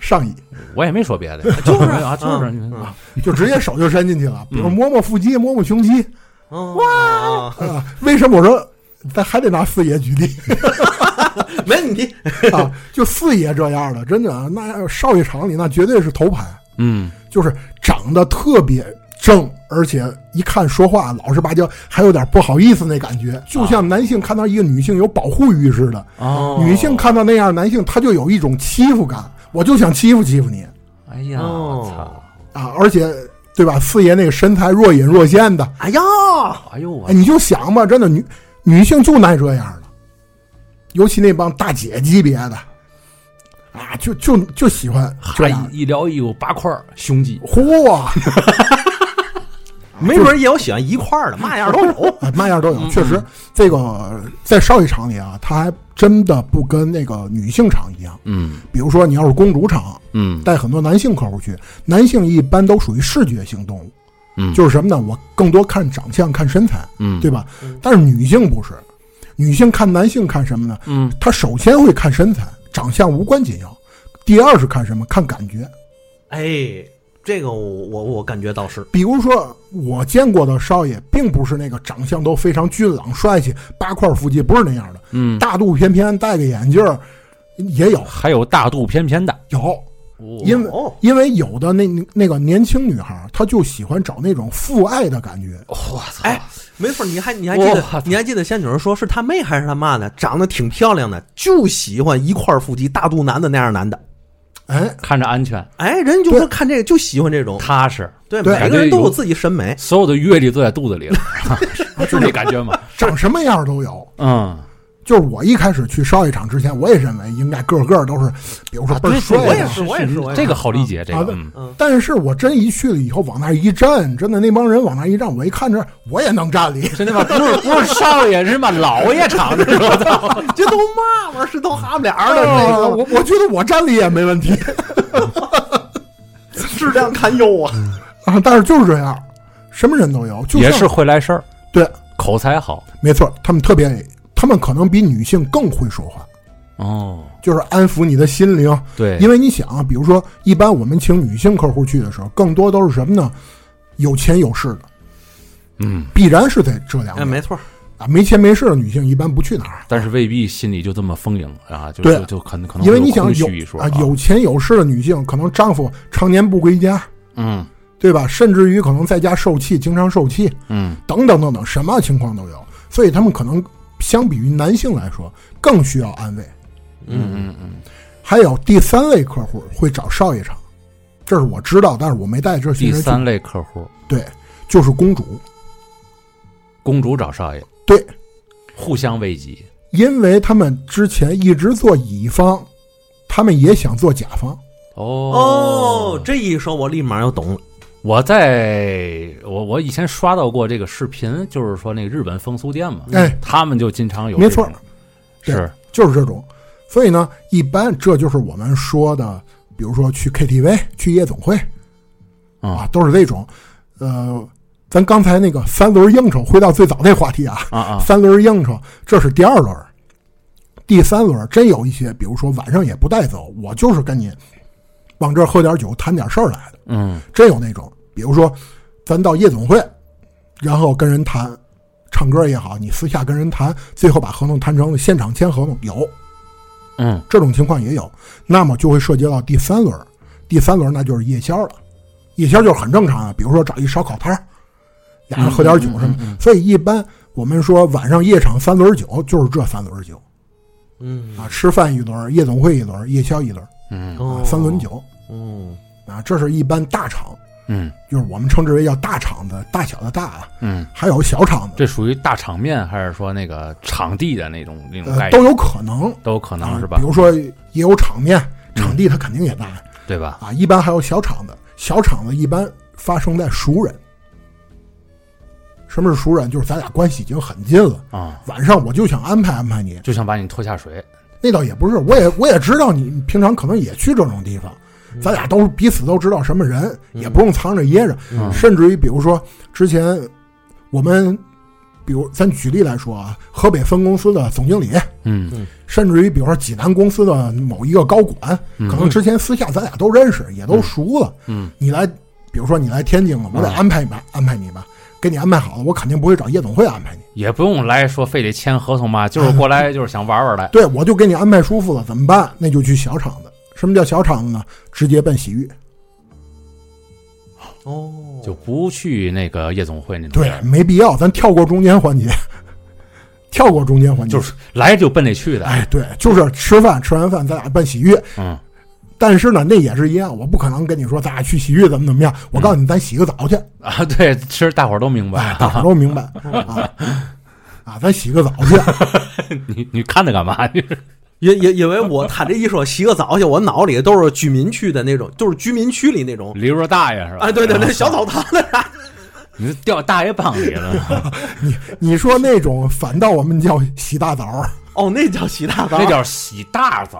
上衣，
我也没说别的，
就是
没 有啊，就是
嗯
就直接手就伸进去了，比如摸摸腹肌，摸摸胸肌
嗯哇，
啊。为什么我说咱还得拿四爷举例
没问题，
啊？就四爷这样的，真的啊，那少爷场里那绝对是头牌。
嗯，
就是长得特别正，而且一看说话老实巴交，还有点不好意思那感觉，就像男性看到一个女性有保护欲似的，
哦，
女性看到那样男性，他就有一种欺负感，我就想欺负欺负你
哎呀，
哦
我操，
啊！而且对吧，四爷那个身材若隐若现的，
哎呀，
哎呦我
哎，，你就想吧，真的女女性就爱这样的，尤其那帮大姐级别的。啊，就就就喜欢这
还
样，
一撩一有八块儿胸肌，
嚯！
没准也有喜欢一块儿的，嘛样都有。
哎，嘛样都
嗯
有，确实，这个在少爷场里啊，他还真的不跟那个女性场一样。
嗯
比如说，你要是公主场，
嗯
带很多男性客户去，男性一般都属于视觉性动物，
嗯，
就是什么呢？我更多看长相、看身材，
嗯
对吧
嗯？
但是女性不是，女性看男性看什么呢？
嗯
她首先会看身材，长相无关紧要。第二是看什么？看感觉。
哎，这个我我我感觉倒是，
比如说，我见过的少爷，并不是那个长相都非常俊朗帅气、八块腹肌，不是那样的，
嗯，
大肚翩翩，戴个眼镜儿，也有
还有大肚翩翩的，
有，因为
哦，
因为有的那那个年轻女孩儿，她就喜欢找那种父爱的感觉。
我操
哎没错，你还你还记得
哇
你还记得仙女儿说是她妹还是她妈呢？长得挺漂亮的，就喜欢一块儿腹肌大肚腩的那样男的。
哎，
看着安全
哎，人就说看这个就喜欢这种，
踏实，
对，
对
每个人都有自己审美。
所有的阅历都在肚子 里了，是这感觉吗？
长什么样儿都有。
嗯，
就是我一开始去烧一场之前，我也认为应该个个都是，比
啊
如说倍儿帅
我也
的。
是，我也是，我也是
嗯这个好理。解，这
啊
个
对
嗯
嗯，
但是我真一去了以后，往那儿一站，真的那帮人往那儿一站，我一看这我也能站 立。
真的吗？不是不是少爷，是嘛老爷场子，我操！
这都嘛玩意儿，是都哈不脸儿的
啊
这
我 我觉得我站立也没问题
嗯
个质量堪忧啊！
啊，但是就是这样，什么人都有，就 像
也是会来事儿，
对，
口才好
没错，他们特别，他们可能比女性更会说话，
哦，
就是安抚你的心灵，
对，
因为你想啊，比如说，一般我们请女性客户去的时候，更多都是什么呢？有钱有势的，
嗯，
必然是得这两
哎，
点、
没错，
啊。没钱没势的女性一般不去哪儿，
但是未必心里就这么丰盈啊，就
对
就就可能可能
因为
会
你想
空
有
虚一说
啊，有钱有势的女性，可能丈夫常年不归家，
嗯
对吧？甚至于可能在家受气，经常受气，
嗯
等等等等，什么情况都有。所以他们可能相比于男性来说，更需要安慰。
嗯嗯嗯，
还有第三类客户会找少爷场，这是我知道，但是我没带这些
第
人去，
三类客户，
就是公主。
公主找少爷，
对，
互相慰藉，
因为他们之前一直做乙方，他们也想做甲方。
哦
哦，，这一说我立马就懂了。
我在我我以前刷到过这个视频，就是说那个日本风俗店嘛，
哎，
他们就经常有
没
这种，
错
是
就是这种。所以呢，一般这就是我们说的，比如说去 KTV、去夜总会
啊
啊，都是这种。呃，咱刚才那个三轮应酬，回到最早那话题啊，
啊啊，
三轮应酬这是第二轮，第三轮真有一些，比如说晚上也不带走，我就是跟你往这儿喝点酒，谈点事儿来的。
嗯
真有那种，比如说咱到夜总会，然后跟人谈，唱歌也好，你私下跟人谈，最后把合同谈成了，现场签合同，有
嗯
这种情况也有，那么就会涉及到第三轮，第三轮那就是夜宵了，夜宵就是很正常的，啊比如说找一烧烤摊儿，俩人喝点酒
嗯
什么，所以一般我们说晚上夜场三轮酒就是这三轮酒
嗯，
啊，吃饭一轮，夜总会一轮，夜宵一轮，
嗯
哦
啊，三轮，酒
嗯，
啊，这是一般大厂，
嗯
就是我们称之为叫大厂子，大小的大啊。
嗯，
还有小厂子，
这属于大场面，还是说那个场地的那种那种概念
呃，都有可能
都有可
啊
能是吧嗯
比？如说也有场面，场地它肯定也大
对吧？
啊。一般还有小厂子，小厂子一般发生在熟人。什么是熟人？就是咱俩关系已经很近了，
啊，
晚上我就想安排安排你。
就想把你拖下水，
那倒也不是，我也我也知道你你平常可能也去这种地方，咱俩都是彼此都知道什么人，也不用藏着掖着。
嗯
甚至于比如说之前我们，比如咱举例来说啊，河北分公司的总经理，
嗯
甚至于比如说济南公司的某一个高管，
嗯
可能之前私下咱俩都认识，也都熟了。
嗯啊
你来，比如说你来天津了，我得安排你吧，安排你吧，给你安排好了，我肯定不会找夜总会安排你。
也不用来说非得签合同嘛，就是过
啊
来就是想玩玩来，
对，我就给你安排舒服了，怎么办？那就去小厂子。什么叫小厂子呢？直接奔洗浴。
哦，
就不去那个夜总会那种地
对
儿，，
没必要，咱跳过中间环节， 跳过中间环节。
就是来就奔那去的，
哎，对，就是吃饭，吃完饭咱俩奔洗浴。
嗯
但是呢，那也是一样，我不可能跟你说咱俩去洗浴怎么怎么样。我告诉你，咱洗个澡去。
啊，对，其实大伙儿都明
哎
白，，
大伙儿都明白啊啊！咱洗个澡去，
你你看他干嘛？ 你
因因因为我他这一说洗个澡去，我脑里都是居民区的那种，就是居民区里那种。啊
驴肉大爷是吧？啊
哎，对对对，小澡堂子啥
你是掉大爷帮里了，
你说那种反倒我们叫洗大澡儿，
哦，那叫洗大澡，
那叫洗大澡。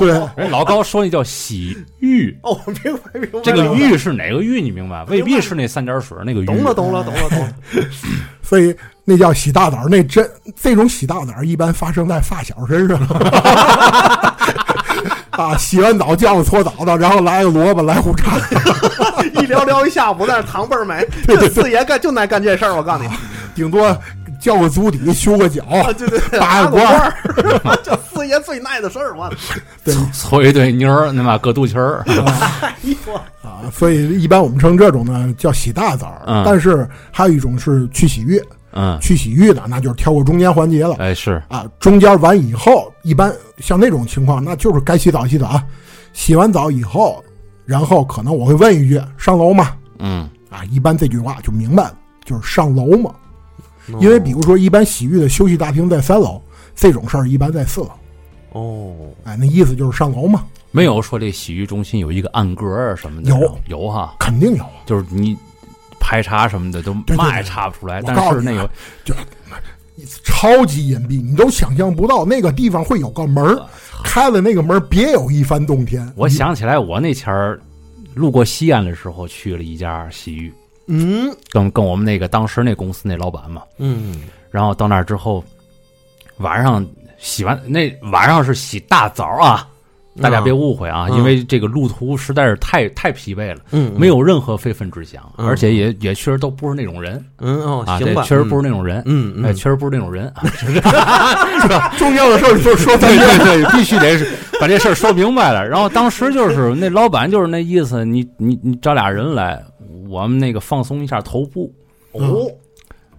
对，
人老高说那叫洗浴，
哦，我明白明白，
这个
明白
浴是哪个浴？你明白？未必是那三点水那个浴。
懂了懂了懂了懂 了，
所以那叫洗大澡儿。那真这种洗大澡儿一般发生在发小身上。 啊，洗完澡叫个搓澡的，然后来个萝卜，来壶茶，
一聊聊一下午，在那躺倍儿 美。这四爷干就爱干这事儿，我 告诉你，
顶多叫个足底，修个脚，
啊，对对对，
拔
打
个
罐
罐 儿
儿，这四爷最耐的事儿，我的
对
搓一对妞儿，那嘛搁肚脐儿，
哎呦，
啊。所以一般我们称这种呢叫洗大澡儿，
嗯
但是还有一种是去洗浴，
嗯，
去洗浴的那就是跳过中间环节了。
哎是，
啊，中间完以后，一般像那种情况，那就是该洗澡洗澡啊。洗完澡以后，然后可能我会问一句：“上楼吗
嗯，？”
啊，一般这句话就明白了，就是上楼嘛。因为比如说，一般洗浴的休息大厅在三楼，这种事儿一般在四楼。
哦，
哎，那意思就是上楼嘛，
没有说这洗浴中心有一个暗格啊什么的，
有
有哈，
肯定有啊。
就是你排查什么的都
对对
嘛也
对
查不出来，
我
哎但
告诉
是那
你啊
有
超级隐蔽，你都想象不到那个地方会有个门儿，开了那个门儿别有一番洞天。
嗯
我想起来，我那前儿路过西安的时候，去了一家洗浴，
嗯
跟跟我们那个当时那公司那老板嘛，
嗯，
然后到那儿之后，晚上洗完那晚上是洗大澡啊，大家别误会啊，
嗯
因为这个路途实在是太太疲惫了，
嗯
没有任何非分之想，
嗯
而且也也确实都不是那种人
嗯哦
啊，
行
对，
吧，
确实不是那种人。
嗯嗯
哎，确实不是那种人 啊！
重要的事儿就说
对对 对，必须得是把这事儿说明白了。然后当时就是那老板就是那意思，你你你找俩人来，我们那个放松一下头部，
哦，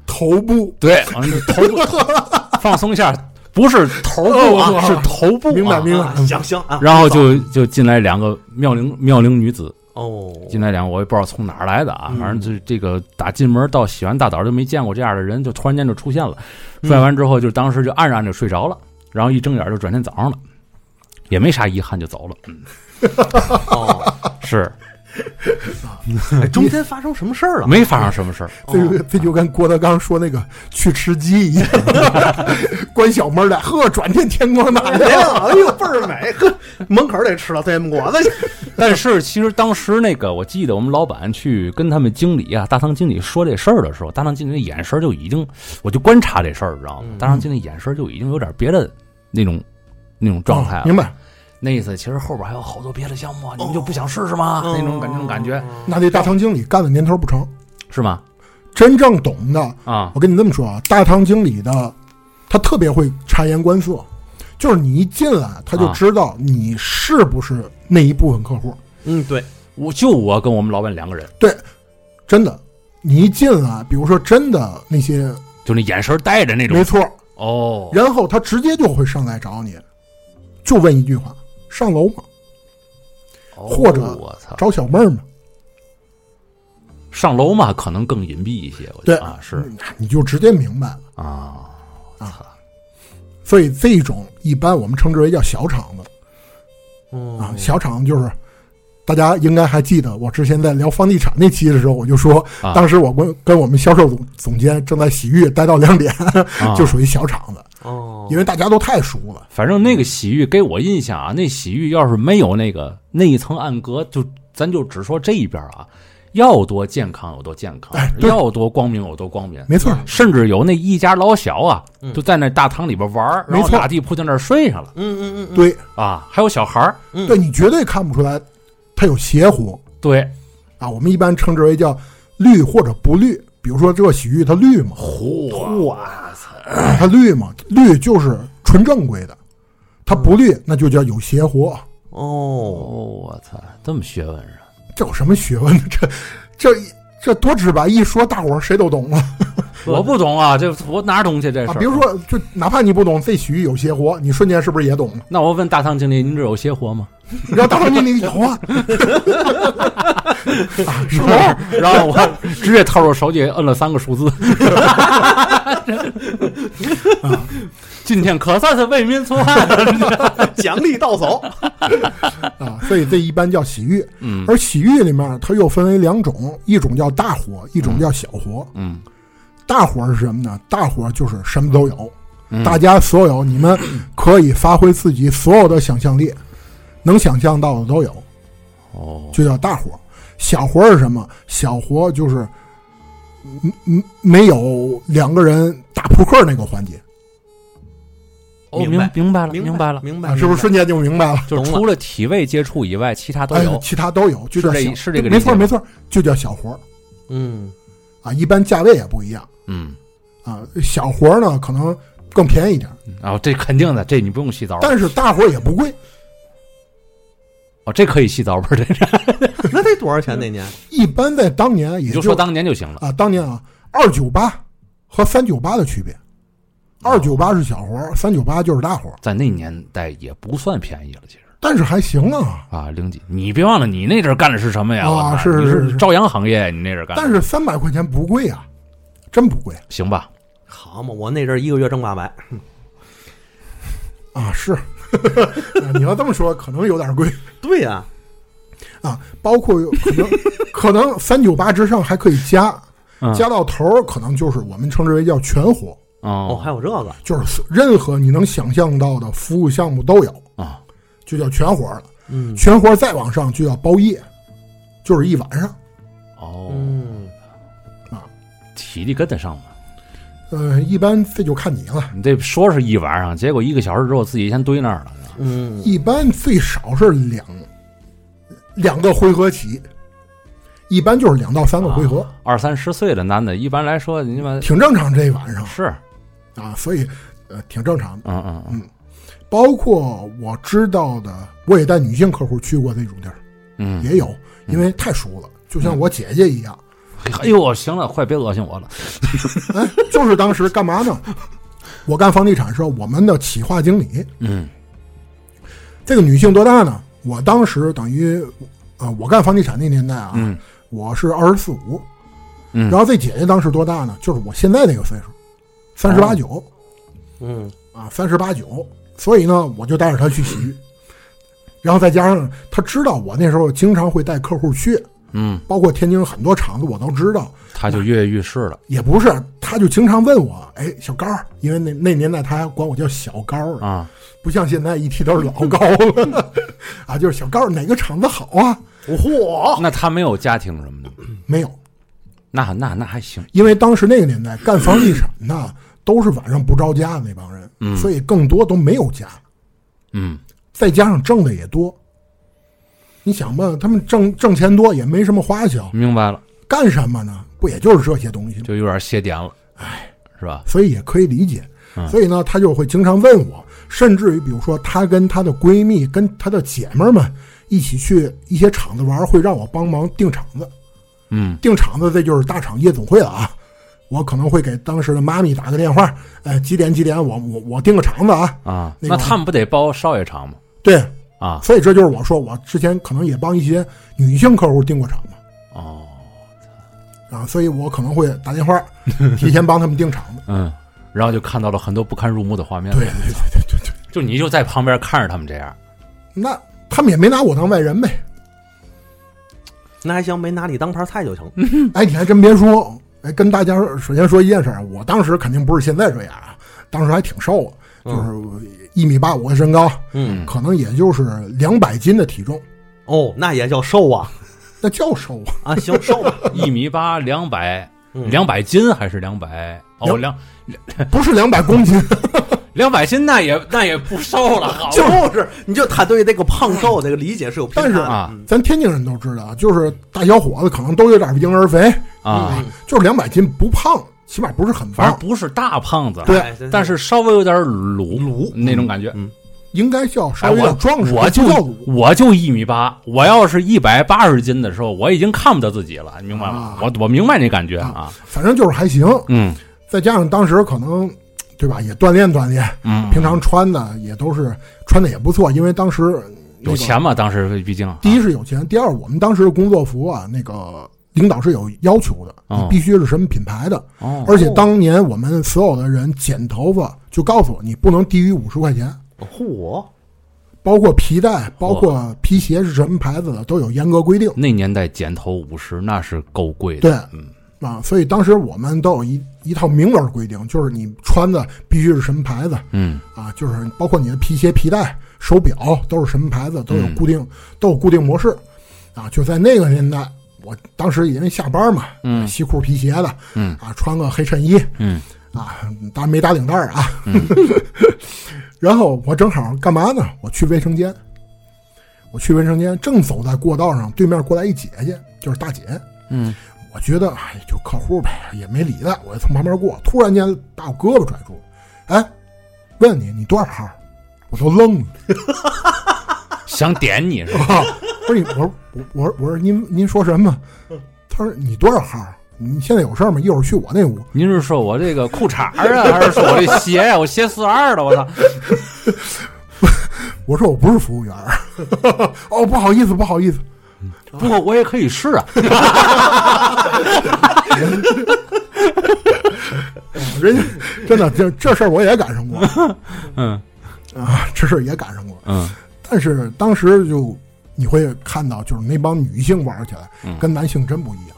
头部，
对，我们头部放松一下，不是头部
哦我
啊，
懂
是头部、啊，
明白明白。
行行啊，
然后就就进来两个妙龄妙龄女子，
哦，
进来两个我也不知道从哪儿来的啊，反正这这个打进门到洗完大澡就没见过这样的人，就突然间就出现了。出来完之后，就当时就暗暗就睡着了，然后一睁眼就转天早上了，也没啥遗憾就走了。
哦，
是
哎中间发生什么事儿了？
没发生什么事儿，
这就这就跟郭德纲说那个去吃鸡一 样，关小门儿的，呵，转天天光大
哎
亮。
呀，哎呦，倍儿美！呵，门口得吃了这么果子去。
但是其实当时那个，我记得我们老板去跟他们经理啊，大堂经理说这事儿的时候，大堂经理的眼神儿就已经，我就观察这事儿，知道吗？大堂经理眼神儿就已经有点别的那种那种 状态啊了。
哦明白？
那意思其实后边还有好多别的项目啊，你们就不想试试吗？
哦
那种感那种感觉
那这大堂经理干的年头不长，
是吗？
真正懂的，
啊，
我跟你这么说啊，大堂经理的他特别会察言观色，就是你一进来他就
啊
知道你是不是那一部分客户。
嗯，对，
我就我跟我们老板两个人，
对，真的，你一进来，比如说真的那些，
就那眼神带着那种
没错，
哦，
然后他直接就会上来找你，就问一句话：上楼吗？或者
哦我操，
找小妹儿吗？
上楼嘛，可能更隐蔽一些，我觉
对嗯
得啊是
你就直接明白了。
啊，
所以这种一般我们称之为叫小厂子啊
哦，，
小厂子就是大家应该还记得，我之前在聊房地产那期的时候，我就说，
啊
当时我跟跟我们销售总总监正在洗浴待到两点，
啊
就属于小厂子，
哦，
因为大家都太熟了。
反正那个洗浴给我印象啊，那洗浴要是没有那个那一层暗格，就咱就只说这一边啊，要多健康有多健康，
哎对
要多光明有多光明。
没错，
甚至有那一家老小啊，
嗯
就在那大堂里边玩儿，
没
然后
错
打地铺在那儿睡上了
嗯嗯嗯
对
啊，还有小孩儿，
嗯，
对，，你绝对看不出来他有邪乎
对，
啊，我们一般称之为叫绿或者不绿。比如说这个洗浴它绿吗？
嚯，
它绿吗？绿就是纯正规的，它不绿那就叫有邪乎。
哦，
哦，
我操，这么学问啊！
这有什么学问呢？这这这多直白，一说大伙儿谁都懂了。
我不懂啊，这我哪懂去这事
啊
儿？，
比如，说，就哪怕你不懂这洗浴有邪活，你瞬间是不是也懂了？
那我问大堂经理，您这有邪活吗？
然后大堂经理有啊，啊是不 是？
然后我直接掏出手机摁了三个数字。今天可算是为民除害了。
奖励到手。
啊，所以这一般叫洗浴。
嗯
而洗浴里面它又分为两种，一种叫大火，一种叫小火。
嗯，
大火是什么呢？大火就是什么都有，
嗯
大家所有你们可以发挥自己所有的想象力，能想象到的都有，
哦，
就叫大火。小火是什么？小火就是，嗯嗯，没有两个人打扑克那个环节，
哦
明白
明白了，
明
白了，
明
啊
白，
是不是瞬间就明白了？
就是
懂了
除了体位接触以外，其他都
哎
有，。
其他都有，就是叫
这
小
是这个
没
理解
错
吗
没错，就叫小活儿
嗯，
啊。一般价位也不一样
嗯，
啊，小活儿呢可能更便宜一点，
啊，这肯定的，这你不用细凿吧，
但是大活儿也不贵，
哦，这可以细凿吧？这是
那得多少钱那年？
一般在当年也
你就说当年就行了。
啊，当年啊，二九八和三九八的区别，二九八是小活儿，三九八就是大活儿，
在那年代也不算便宜了，其实
但是还行啊。
啊，零几，你别忘了，你那阵儿干的是什么呀？
啊
我靠
是
你
是
是
是
朝阳行业，你那阵儿干的。
但是三百块钱不贵啊，真不贵
行吧，
好嘛，我那阵儿一个月挣八百，
啊，是。 啊你要这么说，可能有点贵
对呀，
啊。包括有可能，可能三九八之上还可以加，
嗯
加到头儿可能就是我们称之为叫全活，
哦，
哦
还有这个，
就是任何你能想象到的服务项目都有，
啊，
就叫全活了。
嗯
全活再往上就叫包夜，就是一晚上。
哦，
嗯，
体力跟得上吗？
呃，一般这就看你了。
你这说是一晚上，结果一个小时之后自己先堆那儿了。是吧
嗯，
一般最少是两两个回合起，一般就是两到三个回合，
二三十岁的男的，一般来说，你们
挺正常。这一晚上
是，
啊，所以呃挺正常的。
嗯嗯嗯
包括我知道的，我也带女性客户去过这种地儿，
嗯，
也有，因为太熟了，就像我姐姐一样。
哎呦，行了，快别恶心我了。
哎，就是当时干嘛呢？ 我干房地产时候，我们的企划经理，
嗯
这个女性多大呢？我当时等于，啊，我干房地产那年代啊，
嗯
我是二十四五，
嗯
然后这姐姐当时多大呢？就是我现在这个岁数，三十八
哦
九
嗯，
啊，三十八九。所以呢，我就带着她去洗
嗯
浴，然后再加上她知道我那时候经常会带客户去，
嗯，
包括天津很多厂子我都知道，
他就跃跃欲试了
也不是，她就经常问我，哎，小高儿，因为那那年代她还管我叫小高儿，
啊。
不像现在一提都是老高了 啊，就是小高儿哪个厂子好啊？嚯，
那他没有家庭什么的，
没有，
那那那还行。
因为当时那个年代干房地产的都是晚上不着家的那帮人，所以更多都没有家，
嗯，
再加上挣的也多。你想吧，他们挣挣钱多，也没什么花销，
明白了，
干什么呢？不也就是这些东西吗？
嗯就有点歇点了，哎，是吧？
所以也可以理解。所以呢，她就会经常问我，甚至于比如说，她跟她的闺蜜、跟她的姐们儿们一起去一些厂子玩，会让我帮忙订场子。
嗯，
订场子这就是大厂夜总会了啊。我可能会给当时的妈咪打个电话，哎，几点几点我，我我订个场子啊。
啊，
那个
那他们不得包少爷场吗？
对，
啊，
所以这就是我说，我之前可能也帮一些女性客户订过场子
哦，
啊，所以我可能会打电话提前帮他们订场子。
嗯，然后就看到了很多不堪入目的画面。
对，对对对对对，
就你就在旁边看着他们这样，
那他们也没拿我当外人呗。
那还行，没拿你当盘菜就行。
哎，你还真别说，哎，跟大家首先说一件事儿，我当时肯定不是现在这样啊，当时还挺瘦啊，就是一米八五的身高，
嗯，
可能也就是两百斤的体重，
哦，那也叫瘦啊
那叫瘦啊！
啊，行，瘦吧，
一米八，两百，
嗯
两百斤还是两百？哦，两
不是两百公斤，
两百斤那也那也不瘦了，好吧
就是你就他对这个胖瘦这个理解是有偏差
但是
的
啊
嗯
咱天津人都知道，啊就是大小伙子可能都有点婴儿肥，
啊，
就是两百斤不胖，起码不是很
反正
胖，
不是大胖子，
哎真
但是稍微有点鲁鲁那种感觉。
嗯
应该叫稍
哎，
微要
我
壮实，
我就
不叫鲁
我就一米八，我要是一百八十斤的时候，我已经看不得自己了，你明白吗
啊？
我我明白那感觉啊，
反正就是还行。
嗯
再加上当时可能对吧，也锻炼锻炼，
嗯，
平常穿的也都是穿的也不错，因为当时、那个、
有钱嘛，当时毕竟啊
第一是有钱，第二我们当时的工作服啊，那个领导是有要求的，
哦
你必须是什么品牌的，
哦
而且当年我们所有的人剪头发就告诉我，你不能低于五十块钱，
嚯，
包括皮带，包括皮鞋是什么牌子的都有严格规定。
那年代剪头五十那是够贵的，嗯
对，啊，所以当时我们都有一一套明文规定，就是你穿的必须是什么牌子
嗯
啊，就是包括你的皮鞋、皮带、手表都是什么牌子，都有
嗯
固定，都有固定模式啊。就在那个年代，我当时因为下班嘛，
嗯
西裤皮鞋的，
嗯
啊，穿个黑衬衣，
嗯
啊，当然没打领带儿啊。 然后我正好干嘛呢？我去卫生间，我去卫生间，正走在过道上，对面过来一姐姐，就是大姐。
嗯，
我觉得哎，就客户呗，也没理他，我就从旁边过，突然间把我胳膊拽住，哎，问你你多少号？我都愣了，
想点你是吧？
啊、 不是你，我说我我说我说您您说什么？
嗯
他说你多少号？你现在有事儿吗？一会儿去我那屋。
您是说我这个裤衩儿啊，还是说我这鞋呀、我鞋四二的，我操！
我说我不是服务 员儿，哦，不好意思，不好意思，
不过我也可以试啊。
人家真的这这事儿我也赶上过
嗯
啊，这事儿也赶上过。
嗯
但是当时就你会看到，就是那帮女性玩起来
嗯，
跟男性真不一样。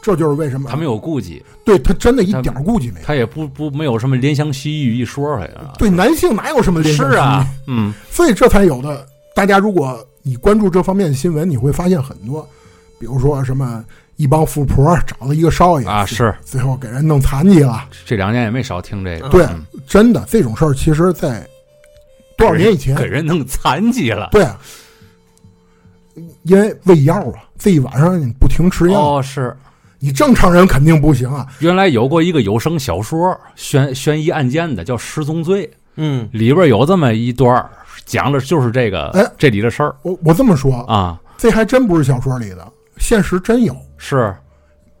这就是为什么
他没有顾忌，
对他真的一点儿顾忌没有。
他也不不没有什么怜香惜玉一说，好像
对男性哪有什么恋
是
战
啊
心，
嗯
理，所以这才有的。大家如果你关注这方面的新闻，你会发现很多，比如说什么一帮富婆找了一个少爷
啊，是
最后给人弄残疾了。
这两年也没少听这个，
对
嗯，
真的这种事儿，其实，在多少年以前，
给人弄残疾了。
对，啊因为喂药啊，这一晚上你不停吃药，
哦，是
你正常人肯定不行啊。
原来有过一个有声小说，悬悬疑案件的，叫《失踪罪》，
嗯，
里边有这么一段儿讲的就是这个、
哎
这里的事儿
我我这么说，
啊，
这还真不是小说里的，现实真有。
是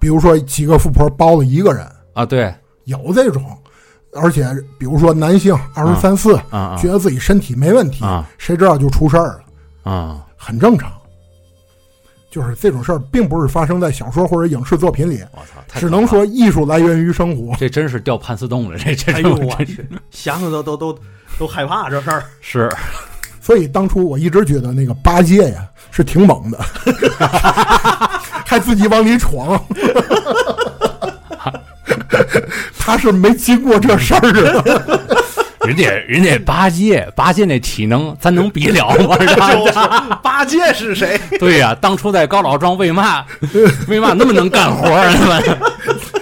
比如说几个富婆包了一个人，
啊，对，
有这种，而且比如说男性二十三四，
啊啊
觉得自己身体没问题，
啊
谁知道就出事儿了，
啊
很正常。就是这种事儿，并不是发生在小说或者影视作品里，
我操，太
只
可怕
能
了
说艺术来源于 生活。
这真是掉盘丝洞了，这这
哎
这
呦
这
我去，想想都都都都害怕这事儿。
是
所以当初我一直觉得那个八戒呀是挺 猛的，还自己往 里闯。他是没经过这事儿的，
人家人家八戒，八戒那体能咱能比了 吗？是吧
八戒是谁？
对呀、当初在高老庄为嘛为嘛那么能干活儿呢？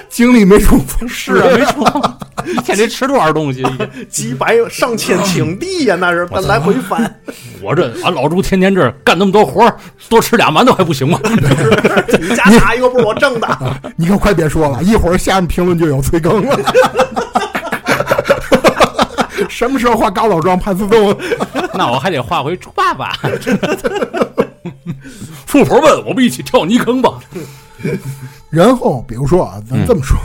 精力没充足。
是啊，没错，一天得吃多少东西？
几百上千顷地呀，那是
我操
来回 翻。
我这俺老朱天天这儿干那么多活儿，多吃俩馒头还不行吗？
你家哪一个不是我挣的？
你可快别说了，一会儿下面评论就有催更了。 什么时候画高老庄潘思栋？
那我还得画回猪爸爸。富婆问：“我们一起跳泥坑吧
然后比如说啊，咱这么说，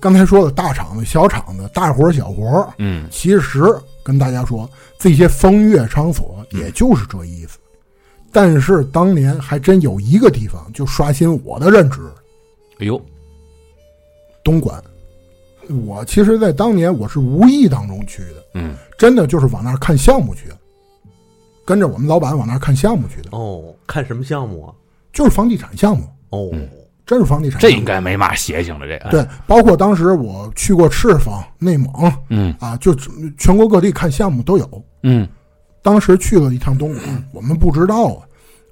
刚才说的大厂子、小厂子、大活儿小活儿？”，
嗯，
其实跟大家说，这些风月场所也就是这意思。但是当年还真有一个地方就刷新我的认知，
哎呦，
东莞。我其实，在当年我是无意当中去的，
嗯，
真的就是往那儿看项目去的，跟着我们老板往那儿看项目去的，
哦，看什么项目啊？
就是房地产项目，
哦，
真是房地产
这
项
应
目。
该没嘛邪性了，这个。
对，包括当时我去过赤峰、内蒙
嗯
啊，就全国各地看项目都有。
嗯，
当时去了一趟东莞，我们不知道啊，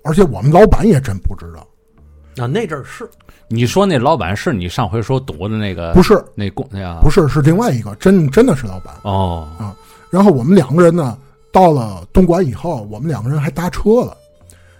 而且我们老板也真不知道，
啊，那阵儿是
你说那老板是你上回说读的那个？
不是
那工那啊？
不是是另外一个，真真的是老板。
哦，
然后我们两个人呢，到了东莞以后，我们两个人还搭车了，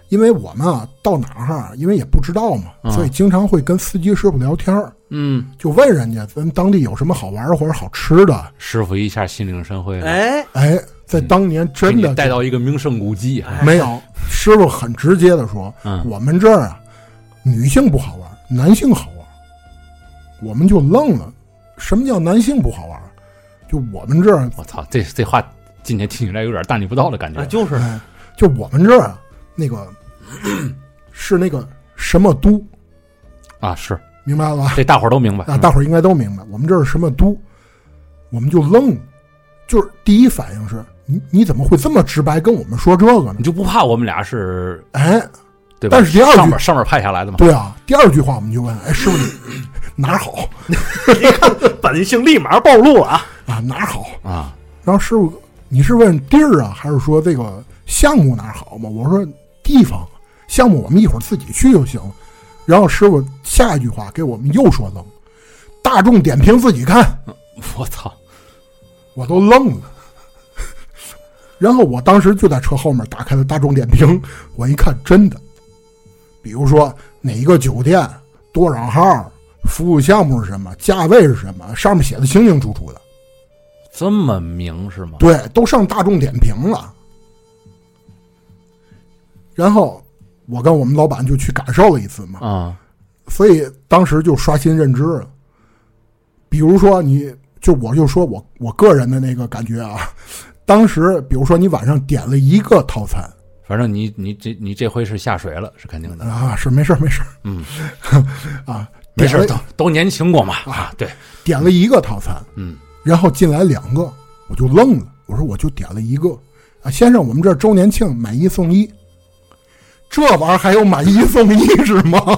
因为我们啊到哪儿哈，因为也不知道嘛，
嗯
所以经常会跟司机师傅聊天儿，
嗯，
就问人家咱当地有什么好玩儿或者好吃的。
师傅一下心领神会了，
哎，
哎，在当年
给
真
你
的哎
带到一个名胜古迹啊。
哎
没有，师傅很直接的说，
嗯
我们这啊儿啊，女性不好玩，男性好玩。我们就愣了，什么叫男性不好玩？就我们这儿，
我操，这这话今天听起来有点大逆不道的感觉。
啊，就是
哎就我们这儿啊，那个是那个什么都，
啊，是
明白了吧？
这大伙儿都明白
啊，大伙儿应该都明白，我们这是什么都，我们就愣了，就是第一反应是你你怎么会这么直白跟我们说这个呢
嗯你？就不怕我们俩是
哎，
对吧？
但是第二句
上面上面派下来的嘛，
对啊，第二句话我们就问，哎，师傅你 哪儿好
本性立马暴露啊！
啊？哪儿好？
啊，
然后师傅，你是问地儿啊，还是说这个项目哪儿好吗？我说地方项目我们一会儿自己去就行了。然后师傅下一句话给我们又说愣，大众点评自己看，
我操，
我都愣了。然后我当时就在车后面打开了大众点评，我一看，真的，比如说哪一个酒店多少号，服务项目是什么，价位是什么，上面写的清清楚楚的，
这么明是吗？
对，都上大众点评了。然后我跟我们老板就去感受了一次嘛，
啊，
所以当时就刷新认知了。比如说你，就我就说我我个人的那个感觉啊，当时比如说你晚上点了一个套餐
反正你你这你这回是下水了，是肯定的。
啊，是没事儿没事儿，
嗯
啊，
没事
点
儿，
了
都都年轻过嘛啊，对，
点了一个套餐，
嗯，
然后进来两个，我就愣了，我说我就点了一个啊，先生，我们这儿周年庆买一送一，这玩意儿还有买一送一是吗？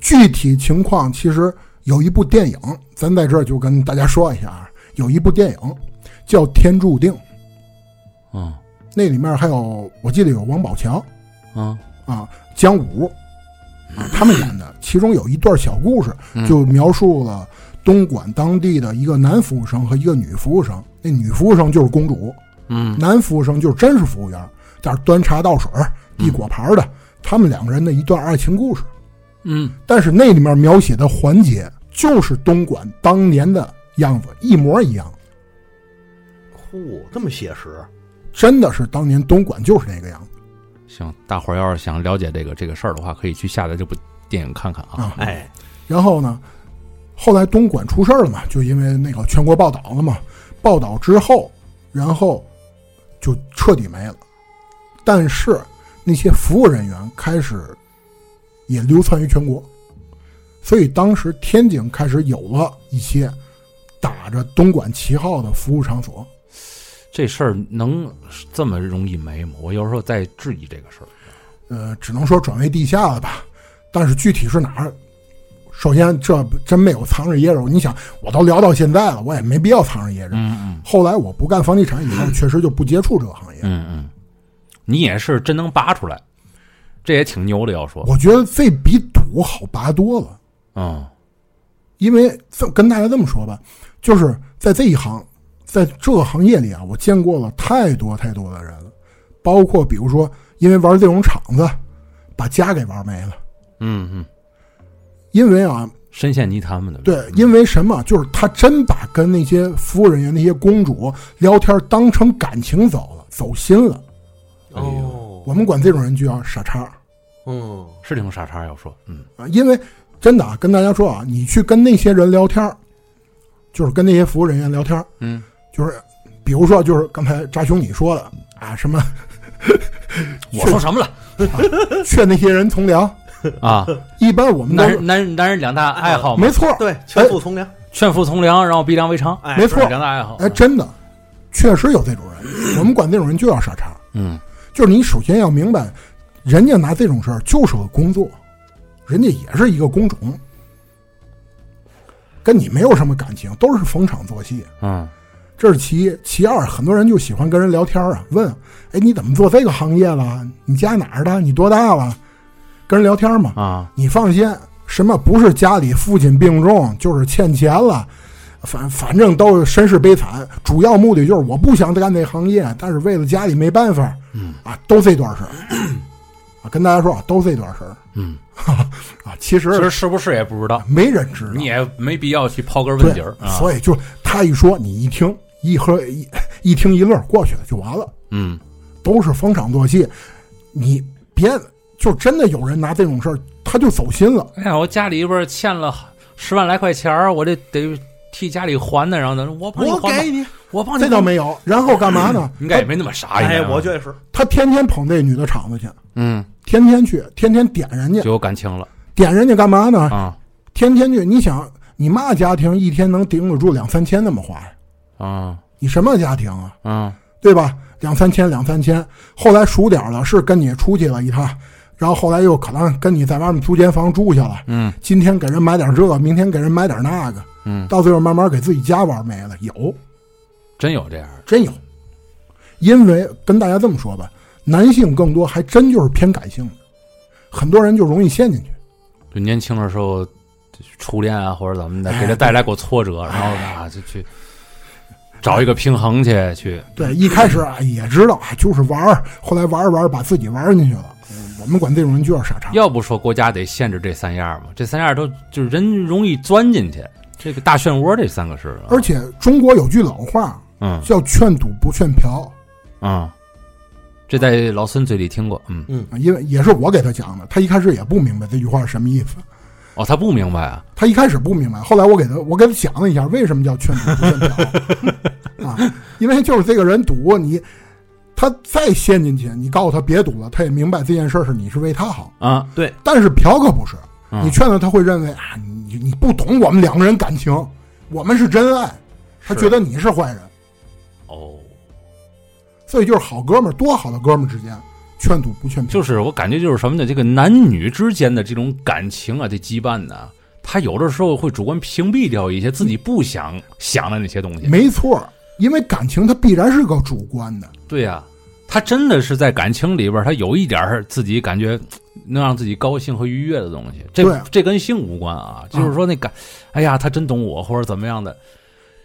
具体情况其实有一部电影，咱在这儿就跟大家说一下，啊，有一部电影叫《天注定》，
嗯
那里面还有我记得有王宝强
嗯，
啊、姜武啊他们演的，其中有一段小故事，
嗯
就描述了东莞当地的一个男服务生和一个女服务生。那女服务生就是公主，
嗯
男服务生就是真是服务员，在那儿端茶倒水、递果盘的。他们两个人的一段爱情故事，
嗯，
但是那里面描写的环节就是东莞当年的样子，一模一样，
嚯，这么写实，
真的是当年东莞就是那个样子
行，大伙儿要是想了解这个这个事儿的话，可以去下载这部电影看看啊。
啊。
哎，
然后呢，后来东莞出事儿了嘛，就因为那个全国报道了嘛，报道之后，然后就彻底没了。但是那些服务人员开始也流窜于全国，所以当时天津开始有了一些打着东莞旗号的服务场所。
这事儿能这么容易没吗？我有时候在质疑这个事儿。
呃，只能说转为地下了吧。但是具体是哪儿，首先这真没有藏着掖着。你想，我都聊到现在了，我也没必要藏着掖着。
嗯
后来我不干房地产以后，确实就不接触这个行业。
嗯嗯，你也是真能扒出来，这也挺牛的。要说，
我觉得这比赌好拔多了，
嗯
因为这跟大家这么说吧，就是在这一行，在这个行业里啊，我见过了太多太多的人了，包括比如说因为玩这种场子，把家给玩没了，
嗯嗯，
因为啊，
深陷泥潭嘛，对不
对，因为什么？就是他真把跟那些服务人员、那些公主聊天当成感情走了，走心了。
哎呦
哦，
我们管这种人就叫傻叉
嗯，
是挺傻叉。要说，嗯
啊！因为真的啊，跟大家说啊，你去跟那些人聊天儿，就是跟那些服务人员聊天儿，
嗯，
就是比如说，就是刚才扎兄你说的啊，什么
我说什么了
劝那些人从良，
啊？
一般我们都
男
是
人男人男人两大爱好嘛
没，错儿，
对，全速从良，
劝富从良，然后逼良为娼，
哎，
没错
这是两大爱好。
哎，真的，确实有这种人，我们管这种人就叫傻叉。
嗯，
就是你首先要明白，人家拿这种事儿就是个工作，人家也是一个工种，跟你没有什么感情，都是逢场作戏。
嗯
这是其一，其二，很多人就喜欢跟人聊天啊，问，哎，你怎么做这个行业了？你家哪儿的？你多大了？跟人聊天嘛。
啊，
你放心，什么不是家里父亲病重，就是欠钱了，反反正都是身世悲惨。主要目的就是我不想干这行业，但是为了家里没办法，
嗯
啊，都这段事儿啊，跟大家说啊，都这段事儿
嗯，
啊，其
其实
实
是不是也不知道，
没人知道，
你也没必要去刨根问底
对
儿，啊。
所以就他一说，你一听一喝一一听一乐过去了就完了，
嗯，
都是逢场作戏，你别就真的有人拿这种事儿，他就走心了。
哎呀，我家里边欠了十万来块钱儿，我这得替家里还呢。然后呢，我帮你
我
还吧，
给你。
我帮你还，
这倒没有。然后干嘛 呢？
应该也没那么傻。啊
哎
应，该
我觉得是，
他天天捧这女的场子去，
嗯，
天天去，天天点人家
就，有感情了
点人家干嘛呢？
啊
天天去。你想，你嘛家庭一天能顶得住两三千那么花呀？
啊
你什么家庭啊？
啊！
对吧？两三千，两三千。后来数点儿了，是跟你出去了一趟，然后后来又可能跟你在外面租间房住去了。
嗯，
今天给人买点这个，明天给人买点那个，
嗯，
到最后慢慢给自己家玩没了。有，
真有这样的，
真有。因为跟大家这么说吧，男性更多还真就是偏感性的，很多人就容易陷进去。
就年轻的时候初恋啊或者怎么的，给他带来过挫 折，然后啊就去找一个平衡去去，
对，一开始啊也知道啊就是玩儿，后来玩儿玩儿把自己玩儿进去了。我们管这种人就叫傻叉。
要不说国家得限制这三样嘛，这三样都就是人容易钻进去，这个大漩涡这三个是啊，
而且中国有句老话
嗯
叫“劝赌不劝嫖”。
啊，这在老孙嘴里听过，嗯，
嗯，
啊因为也是我给他讲的，他一开始也不明白这句话是什么意思，
哦，他不明白啊，
他一开始不明白，后来我给他我给他讲了一下为什么叫劝赌不劝嫖 啊，因为就是这个人赌你，他再陷进去，你告诉他别赌了，他也明白这件事儿是你是为他好，
啊，
但是嫖可不是，
嗯
你劝他他会认为啊你你不懂我们两个人感情，我们是真爱，他
是
觉得你是坏人，
哦，
所以就是好哥们儿，多好的哥们儿之间劝赌不劝嫖，
就是我感觉就是什么呢？这个男女之间的这种感情啊，这羁绊呢、他有的时候会主观屏蔽掉一些自己不想想的那些东西。
没错儿，因为感情它必然是个主观的。
对呀、他真的是在感情里边儿，他有一点儿自己感觉嘖能让自己高兴和愉悦的东西。
对
这
啊嗯
这跟性无关啊，就是说那感，哎呀，他真懂我或者怎么样的。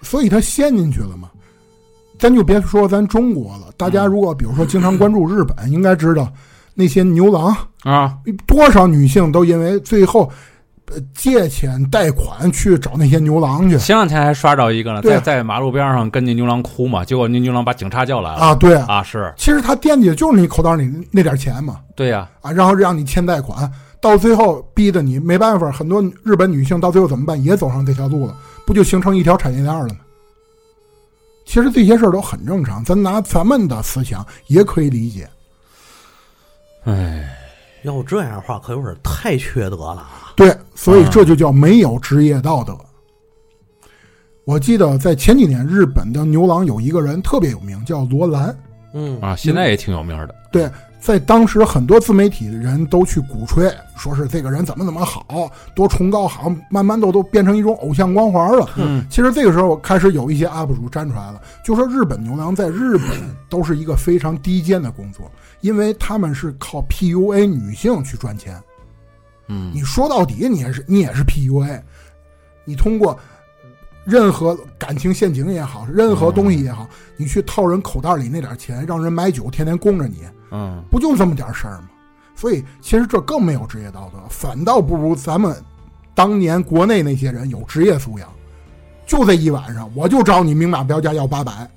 所以他陷进去了嘛。咱就别说咱中国了，大家如果比如说经常关注日本，应该知道那些牛郎
啊，
多少女性都因为最后呃借钱贷款去找那些牛郎去
前两天还刷着一个呢，
对
在
啊
在马路边上跟那牛郎哭嘛，结果那牛郎把警察叫来了
啊，对，
啊，是
其实他惦记的就是你口袋里那点钱嘛
对呀、
啊，然后让你欠贷款，到最后逼得你没办法，很多日本女性到最后怎么办，也走上这条路了，不就形成一条产业链了吗？其实这些事儿都很正常，咱拿咱们的思想也可以理解。
哎，
要这样的话，可有点太缺德了啊。
对，所以这就叫没有职业道德。我记得在前几年，日本的牛郎有一个人特别有名，叫罗兰。
嗯
啊，现在也挺有名儿的。
对，在当时很多自媒体的人都去鼓吹，说是这个人怎么怎么好，多崇高好，慢慢都都变成一种偶像光环了。
嗯，
其实这个时候开始有一些 UP 主站出来了，就说日本牛郎在日本都是一个非常低贱的工作，因为他们是靠 PUA 女性去赚钱。
嗯
你说到底，你也是你也是 PUA，你通过任何感情陷阱也好，任
嗯
何东西也好，你去套人口袋里那点钱，让人买酒，天天供着你，
嗯，
不就这么点事儿吗？所以其实这更没有职业道德，反倒不如咱们当年国内那些人有职业素养。就这一晚上，我就找你明码标价要八百，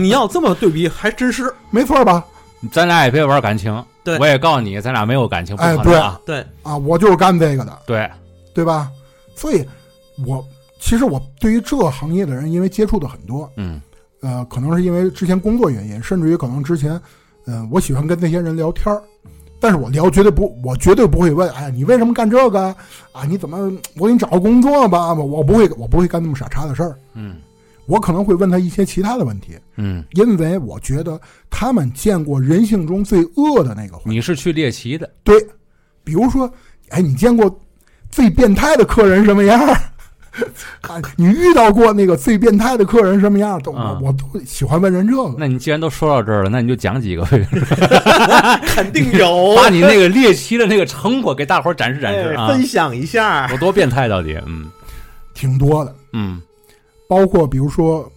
你要这么对比，还真是
没错吧？
咱俩也别玩感情。
对
我也告诉你，咱俩没有感情，不
哎
可能啊。
对，
啊，我就是干这个的，
对，
对吧？所以我，其实我对于这个行业的人，因为接触的很多，
嗯
呃，可能是因为之前工作原因，甚至于可能之前，呃，我喜欢跟那些人聊天儿，但是我聊绝对不，我绝对不会问，哎，你为什么干这个啊啊？你怎么，我给你找个工作吧？我我不会，我不会干那么傻叉的事儿，
嗯
我可能会问他一些其他的问题，
嗯，
因为我觉得他们见过人性中最恶的那个环，
你是去猎奇的，
对，比如说，哎，你见过最变态的客人什么样儿？ 啊，你遇到过那个最变态的客人什么样儿？都我
嗯
我都喜欢问人这个。
那你既然都说到这儿了，那你就讲几个呗，
肯定有
把你那个猎奇的那个成果给大伙儿展示展示
哎
啊！
分享一下。
有多变态到底？嗯
挺多的，
嗯
包括比如说，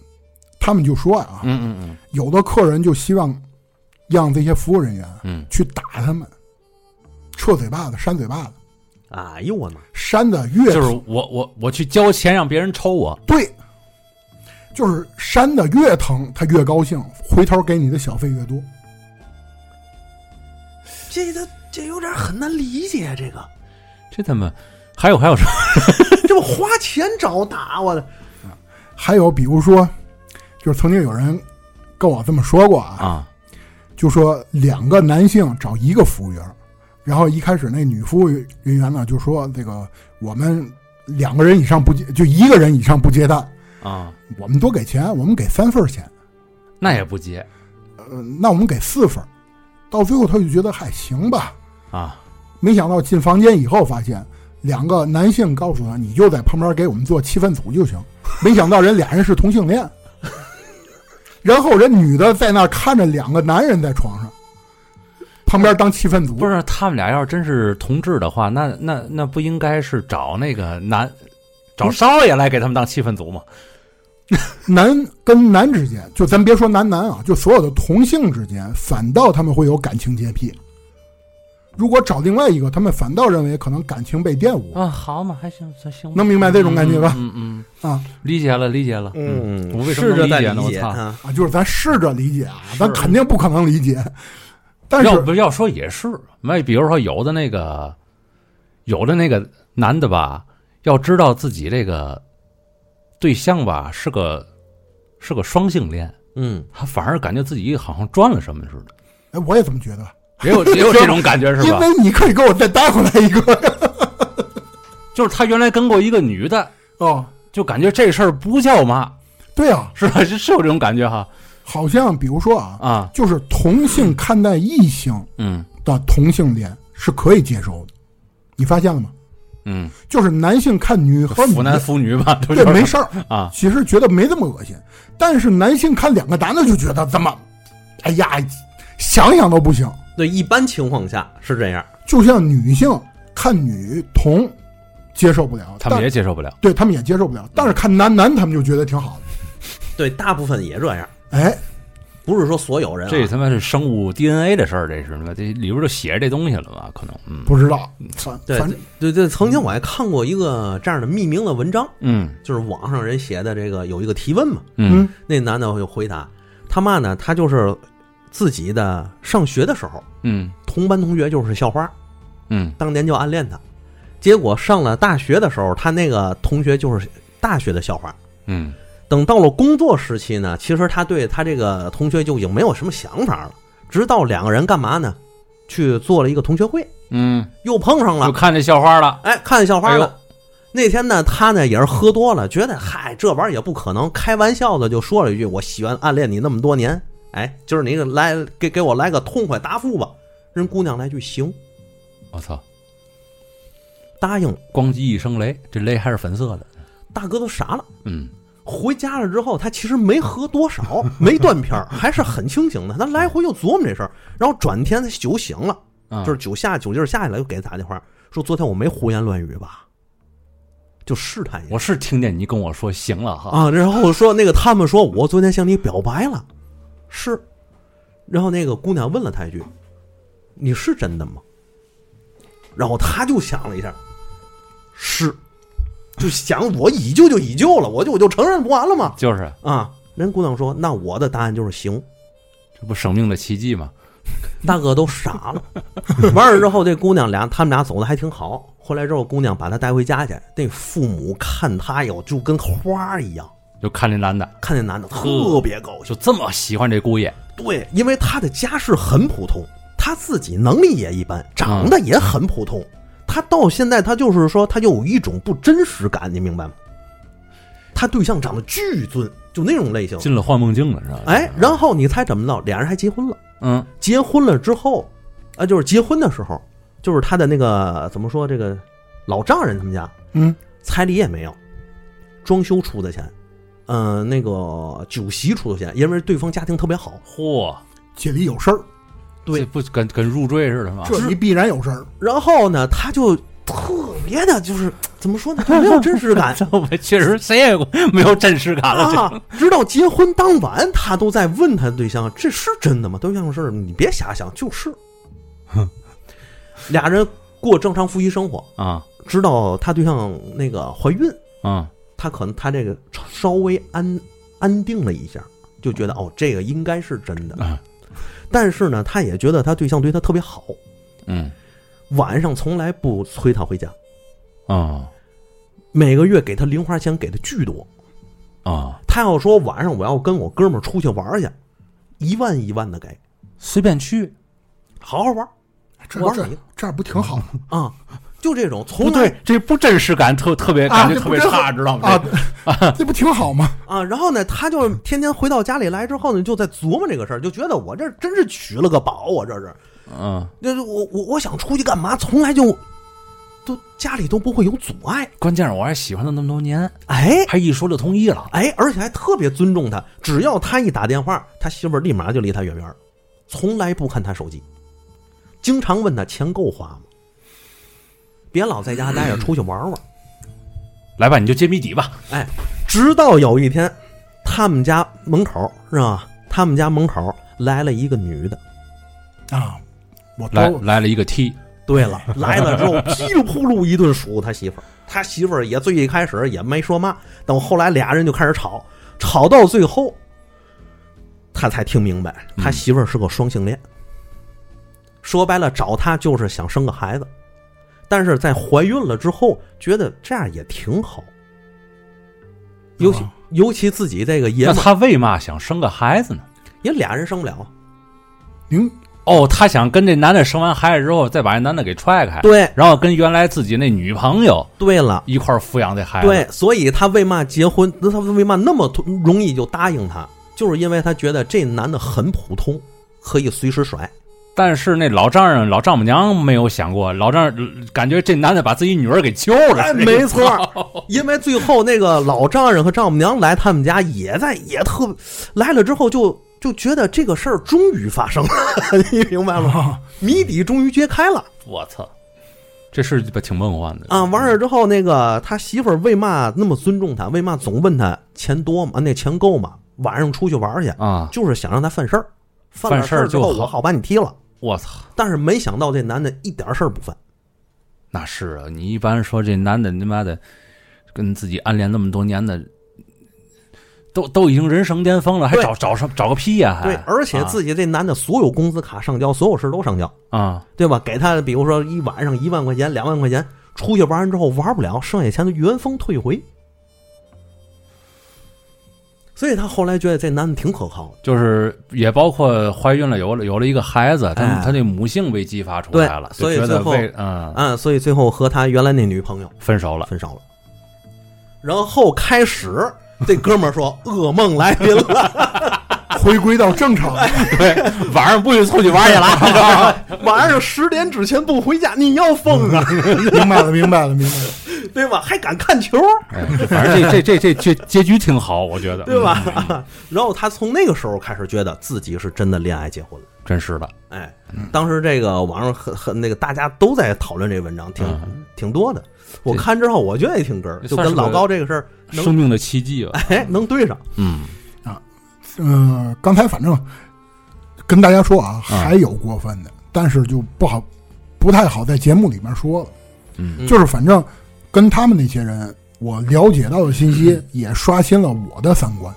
他们就说啊，
嗯嗯嗯
有的客人就希望让这些服务人员
嗯，
去打他们，撤嘴巴子、扇嘴巴子，
哎呦我妈！
扇的越
就是我我我去交钱让别人抽我，
对，就是扇的越疼，他越高兴，回头给你的小费越多。
这个这有点很难理解，这个
这他妈还有还有什么？
这不花钱找打我的
还有比如说，就是曾经有人跟我这么说过啊，
啊
就说两个男性找一个服务员儿，然后一开始那女服务人员呢就说这个我们两个人以上不接，就一个人以上不接单，
啊，
我们多给钱，我们给三份儿钱，
那也不接
呃，那我们给四份儿，到最后他就觉得还行吧，
啊
没想到进房间以后发现。两个男性告诉他，你就在旁边给我们做气氛组就行。没想到人俩人是同性恋，然后人女的在那儿看着两个男人在床上，旁边当气氛组。
不是他们俩要是真是同志的话，那那那不应该是找那个男找少爷来给他们当气氛组吗？
男跟男之间，就咱别说男男啊，就所有的同性之间，反倒他们会有感情洁癖。如果找另外一个，他们反倒认为可能感情被玷污，
啊，好嘛，还行，行行吧，
能明白这种感觉吧？
嗯嗯
啊
嗯理解了，理解了。
嗯
我为什么
试
能
着
理
再
解呢？
理
我
解
操！
啊，
啊，就是咱试着理解啊，咱
是
肯定不可能理解，但
嗯要
是
不要说也是，那比如说有的那个，有的那个男的吧，要知道自己这个对象吧是个是个双性恋，
嗯，
他反而感觉自己好像赚了什么似的，
哎，我也这么觉得，
也 有也有这种感觉是
因
吧？
为你可以给我再带回来一 个
就是他原来跟过一个女的，
哦，
就感觉这事儿不叫妈，
对啊，
是吧？ 是是有这种感觉哈
好像比如说啊，
啊，
就是同性看待异性
嗯
的同性恋是可以接受的，你发现了吗？
嗯，
就是男性看女和女
腐男腐女吧，对
对，没事儿
啊
其实觉得没这么恶心，但是男性看两个男的就觉得怎么，哎呀，想想都不行。
对，一般情况下是这样，
就像女性看女同接受不了，
他们
但
也嗯接受不了，
对他们也接受不了，但是看男男他们就觉得挺好的。
对，大部分也这样，
哎，
不是说所有人啊，
这他妈是生物 DNA 的事儿，这是这里边就写着这东西了吧？可能嗯
不知道，反
对
反
对对对，曾经我还看过一个这样的匿名的文章，
嗯
就是网上人写的这个有一个提问嘛，
嗯
嗯
那男的就回答他嘛呢，他就是自己的上学的时候，
嗯
同班同学就是校花，
嗯
当年就暗恋他，结果上了大学的时候，他那个同学就是大学的校花。
嗯
等到了工作时期呢，其实他对他这个同学就已经没有什么想法了。直到两个人干嘛呢？去做了一个同学会，
嗯，
又碰上了
就，看这校花了，
哎，看校花
哎
了。
呦
那天呢，他呢也是喝多了，觉得嗨，这玩意儿也不可能，开玩笑的就说了一句：“我喜欢暗恋你那么多年，哎，今儿你给来给给我来个痛快答复吧。”人姑娘来句行，
我操！
答应了。
咣叽一声雷，这雷还是粉色的。
大哥都傻了。
嗯
回家了之后，他其实没喝多少， 没断片儿，还是很清醒的。他来回又琢磨这事儿，然后转天他酒醒了，
啊，
就是酒下酒劲儿下去了，又给他打电话说：“昨天我没胡言乱语吧？”就试探一下
我是听见你跟我说行了哈，
啊。然后说那个他们说我昨天向你表白了，是。然后那个姑娘问了他一句：“你是真的吗？”然后他就想了一下，是，就想我已旧就已旧了，我就我就承认不完了吗？
就是
啊，人姑娘说：“那我的答案就是行。
这不生命的奇迹吗？”
大哥都傻了。 完事儿之后，这姑娘俩他们俩走的还挺好。后来之后，姑娘把他带回家去，那父母看他哟，就跟花儿一样，
就看这男的
看那男的特别高兴。
就这么喜欢这姑爷，
对，因为他的家世很普通，他自己能力也一般，长得也很普通。他到现在，他就是说，他有一种不真实感，你明白吗？他对象长得巨尊，就那种类型。
进了幻梦境了是吧？
哎，然后你猜怎么着？俩人还结婚了。
嗯
结婚了之后，啊，就是结婚的时候，就是他的那个怎么说，这个老丈人他们家
嗯，
彩礼也没有，装修出的钱，嗯、那个酒席出的钱，因为对方家庭特别好，
嚯，
这里有事儿，
对
这不跟跟入赘似的吗？。
这里必然有事儿。
然后呢，他就特别的，就是怎么说呢，就没有真实感
我 确实谁也没有真实感了，
啊！直到结婚当晚，他都在问他对象：“这是真的吗？”对象是：“你别瞎想，就是。”俩人过正常夫妻生活，
这啊
知道他对象那个怀孕，
啊
他可能他这个稍微安安定了一下，就觉得哦，这个应该是真的。
啊
但是呢，他也觉得他对象对他特别好，
嗯
晚上从来不催他回家，
啊
每个月给他零花钱给的巨多。
啊，
他要说晚上我要跟我哥们儿出去玩去，一万一万的给，
随便去，
好好玩
这
我
玩这
操
这样不挺好吗？
嗯
啊、就这种
不
从来
对，这不真实感特特别，感
啊
觉
这
特
不
别
真
差，
好
知道吗？
啊， 这不挺好吗？
啊，然后呢，他就天天回到家里来之后呢，就在琢磨这个事儿，就觉得我这真是娶了个宝，我这是，
嗯，
就是我我我想出去干嘛，从来就都家里都不会有阻碍，
关键是我还喜欢他那么多年，
哎
还一说就同意了。
哎，而且还特别尊重他，只要他一打电话，他媳妇儿立马就离他远远儿，从来不看他手机，经常问他钱够花吗？别老在家待着，出去玩玩。
来吧，你就揭谜底吧。
哎，直到有一天，他们家门口是吧？他们家门口来了一个女的。
啊，我
来
都
来了一个 T，
对 了，来了之后噼里扑噜一顿数他媳妇儿，他媳妇儿也最一开始也没说嘛，等后来俩人就开始吵，吵到最后，他才听明白
嗯
他媳妇儿是个双性恋。说白了，找他就是想生个孩子，但是在怀孕了之后，觉得这样也挺好。尤其、
哦
尤其自己这个爷
那
们儿
他为嘛想生个孩子呢？
也俩人生不了，
您
哦，他想跟这男的生完孩子之后，再把这男的给踹开，
对
然后跟原来自己那女朋友
对了，
一块儿抚养这孩子。
对，所以他为嘛结婚？那他为嘛那么突容易就答应他？就是因为他觉得这男的很普通，可以随时甩。
但是那老丈人、老丈母娘没有想过，老丈人感觉这男的把自己女儿给救了，
哎，没错
哦
儿，因为最后那个老丈人和丈母娘来他们家，也在也特来了之后就就觉得这个事儿终于发生了， 你明白
哦
吗？谜底终于揭开了。
我操，这事儿鸡巴挺梦幻的
啊，完事儿之后，那个他媳妇儿为嘛那么尊重他？为嘛总问他钱多吗？啊那钱够吗？晚上出去玩儿去，
啊！
就是想让他犯事儿，犯
犯
了
事
事
儿
儿之
就
后，
好
我好把你踢了。
我操，
但是没想到这男的一点事儿不犯，
那是啊！你一般说这男的他妈的跟自己暗恋那么多年的，都都已经人生巅峰了，还
对
找找什找个屁呀、还
对，而且自己这男的所有工资卡上交，所有事儿都上交，
啊啊
对吧？给他比如说一晚上一万块钱、两万块钱，出去玩完之后玩不了，剩下钱就原封退回。所以他后来觉得这男的挺可靠的，
就是也包括怀孕了，有了有了一个孩子，他、
哎
他这母性被激发出来了，
对所以
就觉得
最后
为嗯
啊，所以最后和他原来那女朋友
分手了。
分手了。然后开始，这哥们儿说噩梦来临 了，
回归到正常，
对，晚上不许出去玩去 了。
晚上十点之前不回家，你要疯啊！
明白了，明白了，明白了。
对吧？还敢看球，
哎，反正这这这这结结局挺好，我觉得，
对吧？
嗯
然后他从那个时候开始觉得自己是真的恋爱结婚了。
嗯真是的，
哎，
嗯
当时这个网上很很那个，大家都在讨论这文章，挺、挺多的。我看之后，我觉得也挺哏儿，
这
就
嗯算是
跟
个
老高这个事 儿
生
能
命的奇迹吧。
哎能对上。
嗯，
呃，刚才反正跟大家说啊，还有过分的，但是就不好，不太好在节目里面说了。
嗯
就是反正跟他们那些人，我了解到的信息
嗯
也刷新了我的三观，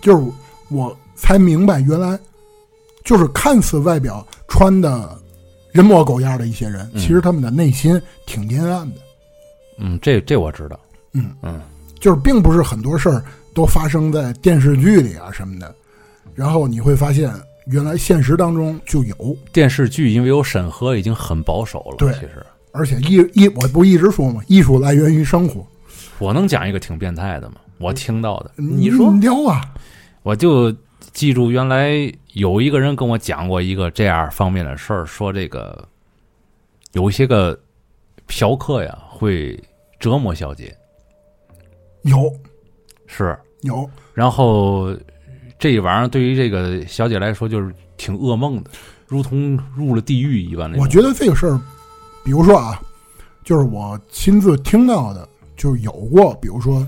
就是我才明白原来就是看似外表穿的人模狗样的一些人，
嗯
其实他们的内心挺阴暗的。
嗯，这这我知道。
嗯
嗯，
就是并不是很多事儿都发生在电视剧里啊什么的，然后你会发现原来现实当中就有，
电视剧因为有审核，已经很保守了。
对
其实
而且艺艺我不一直说嘛，艺术来源于生活。
我能讲一个挺变态的吗？我听到的，
你说
撩啊，
我就记住原来有一个人跟我讲过一个这样方面的事儿，说这个有一些个嫖客呀会折磨小姐，
有
是，
有，
然后这一玩意儿对于这个小姐来说就是挺噩梦的，如同入了地狱一般那种。
我觉得这个事儿，比如说啊，就是我亲自听到的，就是有过，比如说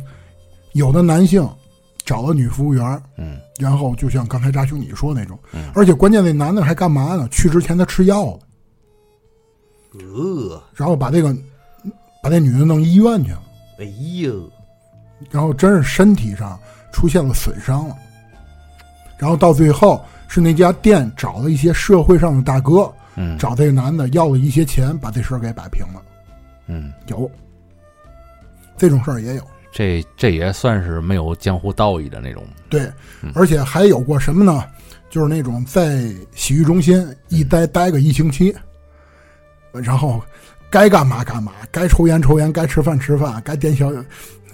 有的男性找了女服务员，
嗯，
然后就像刚才扎兄你说那种，
嗯
而且关键那男的还干嘛呢？去之前他吃药了，
呃，
然后把这个把那女的弄医院去了，
哎呦，
然后真是身体上出现了损伤了，然后到最后是那家店找了一些社会上的大哥，
嗯
找这个男的要了一些钱，把这事儿给摆平了。
嗯，
有这种事儿也有。
这这也算是没有江湖道义的那种。
对，而且还有过什么呢？就是那种在洗浴中心一待待个一星期，然后该干嘛干嘛，该抽烟抽烟，该吃饭吃饭，该点小，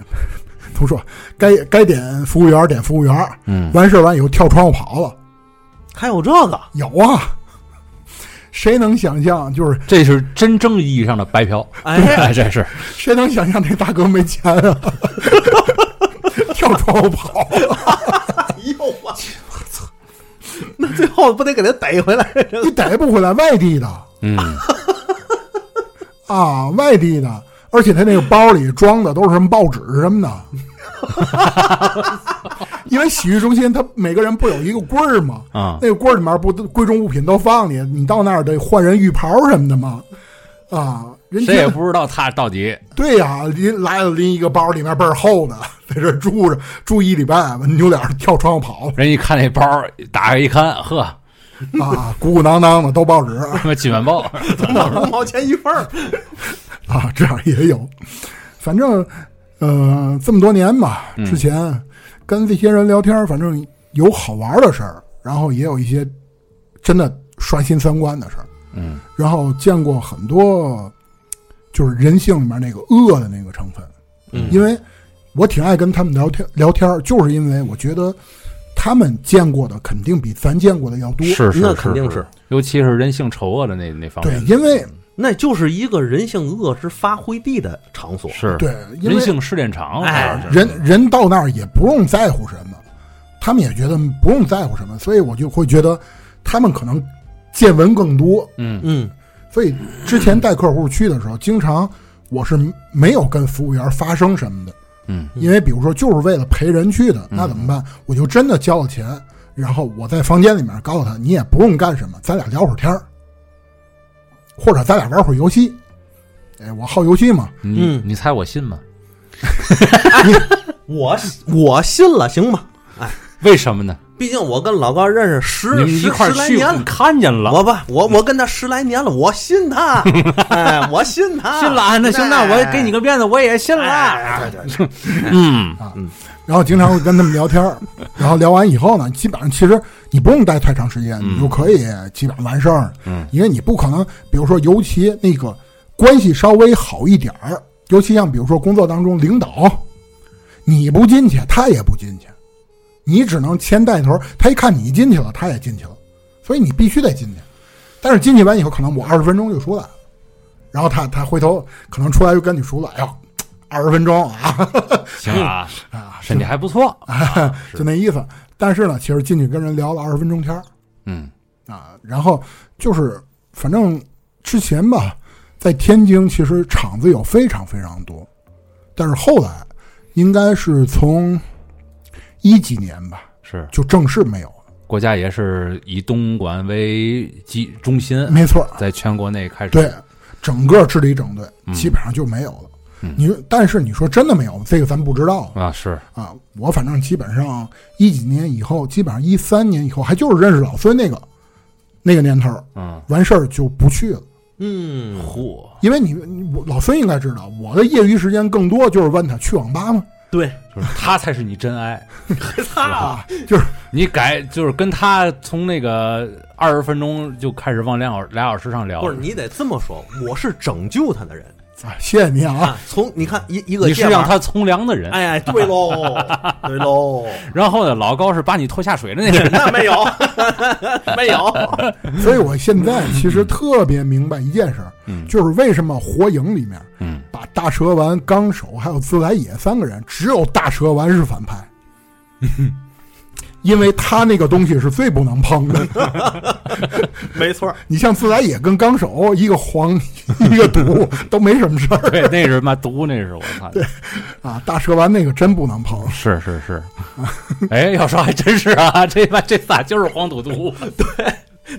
怎么说？该该点服务员点服务员，
嗯，
完事儿完以后跳窗户跑了。
还有这个，
有啊，谁能想象？就是
这是真正意义上的白嫖。
哎
这是
谁能想象这大哥没钱啊？ 跳窗户跑了。
哎呦我去，我操！那最后不得给他逮回来？
你逮不回来，外地的
嗯，
啊，外地的，而且他那个包里装的都是什么报纸什 么的，因为洗浴中心他每个人不有一个柜儿吗？
啊
那个柜儿里面不都贵重物品都放里，你到那儿得换人浴袍什么的吗？啊，人
谁
家
也不知道他到底
对呀、拎来了拎一个包，里面倍儿厚呢，在这儿住着住一礼拜，扭脸儿跳窗户跑
人一看那包，打开一看，呵，
了啊，鼓鼓囊囊的都报纸。
他妈几万 包，
五毛钱一份儿，
啊，这样也有。反正呃，这么多年吧，
嗯
之前跟这些人聊天，反正有好玩的事儿，然后也有一些真的刷新三观的事儿，
嗯
然后见过很多就是人性里面那个恶的那个成分，
嗯
因为我挺爱跟他们聊天聊天，就是因为我觉得。他们见过的肯定比咱见过的要多，
是啊是
那肯定
是
是，
尤其是人性丑恶的那那方
对
面，，
因为
那就是一个人性恶之发挥地的场所。
是
对，因为
人性试炼场，
哎
这是
人人到那儿也不用在乎什么，他们也觉得不用在乎什么，所以我就会觉得他们可能见闻更多。
嗯
嗯，
所以之前带客户去的时候，经常我是没有跟服务员发生什么的，
嗯
因为比如说就是为了陪人去的，那怎么办？我就真的交了钱，然后我在房间里面告诉他，你也不用干什么，咱俩聊会儿天儿，或者咱俩玩会儿游戏。哎，我好游戏嘛，
你
嗯
你猜我信吗？
我我信了，行吧？
为什么呢？
毕竟我跟老高认识十
你们
十
一块儿
十来
去，
年
你
了。
看见了，
我吧，我我跟他十来年了，我 信他，哎，我信他，
信了啊，那行，那我给你个啊面子，我也信了。
哎。对对对，
嗯
然后经常会跟他们聊天儿，然后聊完以后呢，基本上其实你不用待太长时间，你就可以基本上完事儿了。
嗯，
因为你不可能，比如说，尤其那个关系稍微好一点儿，尤其像比如说工作当中领导，你不进去，他也不进去，你只能先带头。他一看你进去了，他也进去了，所以你必须得进去。但是进去完以后，可能我二十分钟就出来了，然后他他回头可能出来又跟你说了，哎呦，二十分钟啊
行啊，
啊，
身体还不错。
就那意思。但是呢，其实进去跟人聊了二十分钟天儿
嗯
啊，然后就是反正之前吧，在天津其实厂子有非常非常多，但是后来应该是从一几年吧，
是
就正式没有了。
国家也是以东莞为基中心，
没错儿，
在全国内开始
对，整个治理整顿基本上就没有了。你但是你说真的没有，这个咱不知道
啊，是
啊。我反正基本上一几年以后，基本上一三年以后，还就是认识老孙那个那个年头儿，
嗯，
完事儿就不去了。
嗯，
嚯，
因为你你我老孙应该知道，我的业余时间更多就是问他去网吧吗？
对，
就是他才是你真爱。
他
你改就是跟他从那个二十分钟就开始往两小俩小时上聊
不，是你得这么说，我是拯救他的人
啊，谢谢 您啊，
啊。从你看一一个
你是
夜
让
晚，
他从良的人。
哎哎，对喽，对 喽，
然后呢，老高是把你拖下水的那个人。
那没有，没 有，
所以我现在其实特别明白一件事儿，
嗯
就是为什么《火影》里面
嗯，
把大蛇丸、纲手还有自来也三个人，只有大蛇丸是反派，
嗯
因为他那个东西是最不能碰的。
没错儿，
你像自来也跟纲手，一个黄 一个毒，都没什么事儿
对，那是妈毒，那是我操，
啊。大蛇丸那个真不能碰。
是是是。 哎，要说还真是啊，这妈这仨就是黄赌 毒。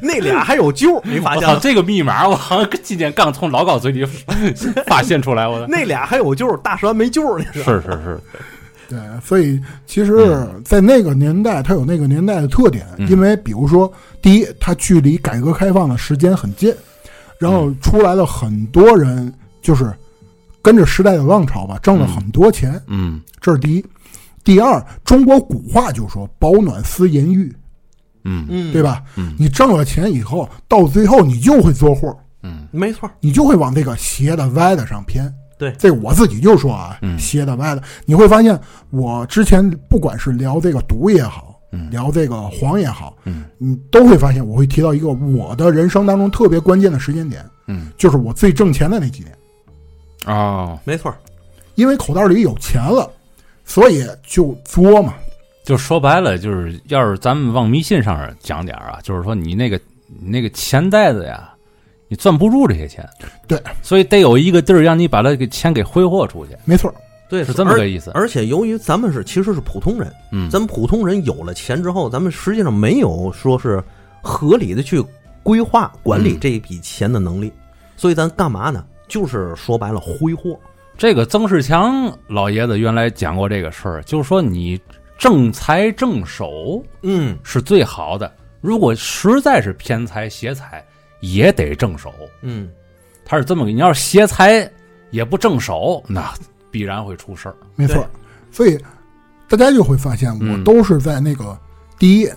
那俩还有救，你发
我
现
操，
了？
这个密码我好像今天刚从老高嘴里发现出来， 我的。
那俩还有救，大蛇没救，你知道
是
吗
是是，
对，所以其实，在那个年代，它有那个年代的特点，
嗯
因为比如说，第一，它距
嗯
离改革开放的时间很近，然后出来了很多人，就是跟着时代的浪潮吧，挣了很多钱，
嗯
这是第一。第二，中国古话就说“饱暖思淫欲”，
嗯
嗯
对？吧？
嗯
你挣了钱以后，到最后你就会做货，
没错儿，
你就会往这个邪的、歪的上偏。
对
这我自己就说啊，
嗯
邪的、歪的，你会发现，我之前不管是聊这个毒也好，聊这个黄也好，
嗯
你都会发现，我会提到一个我的人生当中特别关键的时间点，
嗯
就是我最挣钱的那几年，
哦，
没错儿，
因为口袋里有钱了，所以就作嘛。
就说白了，就是要是咱们往迷信上讲点儿啊，就是说你那个你那个钱袋子呀，你攥不住这些钱，
对，
所以得有一个地儿让你把它给钱给挥霍出去，
没错儿，
对，
是这么
而
个意思
而且由于咱们是其实是普通人，
嗯，
咱们普通人有了钱之后，咱们实际上没有说是合理的去规划管理
嗯
这一笔钱的能力，所以咱干嘛呢？就是说白了挥霍。
这个曾仕强老爷子原来讲过这个事儿，就是说你正财正手
嗯，
是最好的，如果实在是偏财邪财，也得正手。
嗯，
他是这么个，你要是邪财也不正手，那必然会出事儿。
没错儿。所以大家就会发现，我
嗯
都是在那个、第一，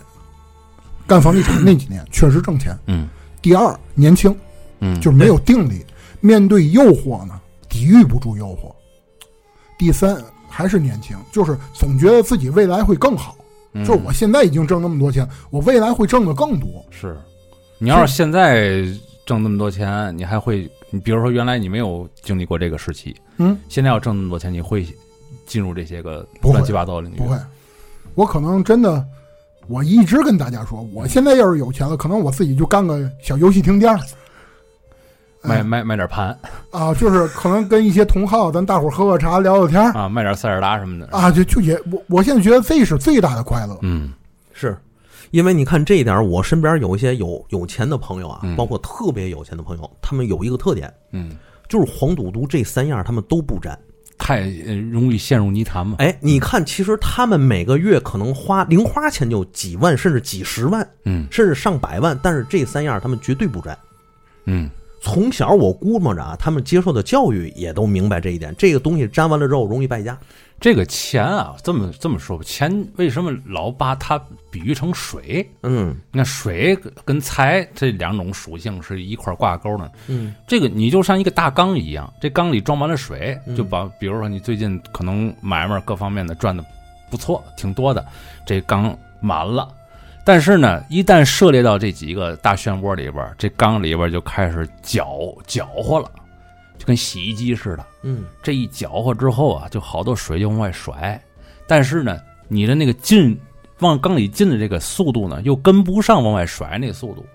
干房地产那几年确实挣钱；
嗯
第二，年轻，
嗯
就是没有定力，面对诱惑呢，抵御不住诱惑；第三，还是年轻，就是总觉得自己未来会更好。
嗯
就是我现在已经挣那么多钱，我未来会挣的更多。
是，你要是现在挣那么多钱，你还会，你比如说原来你没有经历过这个时期，
嗯，
现在要挣那么多钱，你会进入这些个
不会
乱七八糟的领域？
嗯不会，我可能真的，我一直跟大家说，我现在要是有钱了，可能我自己就干个小游戏厅店儿
卖卖卖点盘
啊，就是可能跟一些同好，咱大伙儿喝喝茶，聊聊天儿
啊，卖点塞尔达什么的。
啊，就就也我我现在觉得这是最大的快乐。
嗯
是因为你看这一点儿，我身边有一些有有钱的朋友啊，包括特别有钱的朋友，他们有一个特点，
嗯，
就是黄赌毒这三样儿他们都不沾。
太呃容易陷入泥潭嘛。
哎，你看，其实他们每个月可能花零花钱就几万，甚至几十万，
嗯
甚至上百万，但是这三样儿他们绝对不沾。
嗯
从小我估摸着啊，他们接受的教育也都明白这一点，这个东西沾完了之后容易败家。
这个钱啊，这么这么说吧，钱为什么老把它比喻成水？
嗯
你看水跟财这两种属性是一块儿挂钩呢。
嗯
这个你就像一个大缸一样，这缸里装满了水，就把比如说你最近可能买卖各方面的赚的不错，挺多的，这缸满了。但是呢，一旦涉猎到这几个大漩涡里边儿，这缸里边儿就开始搅搅和了，就跟洗衣机似的。
嗯，
这一搅和之后啊，就好多水就往外甩，但是呢，你的那个进往缸里进的这个速度呢，又跟不上往外甩那个速度，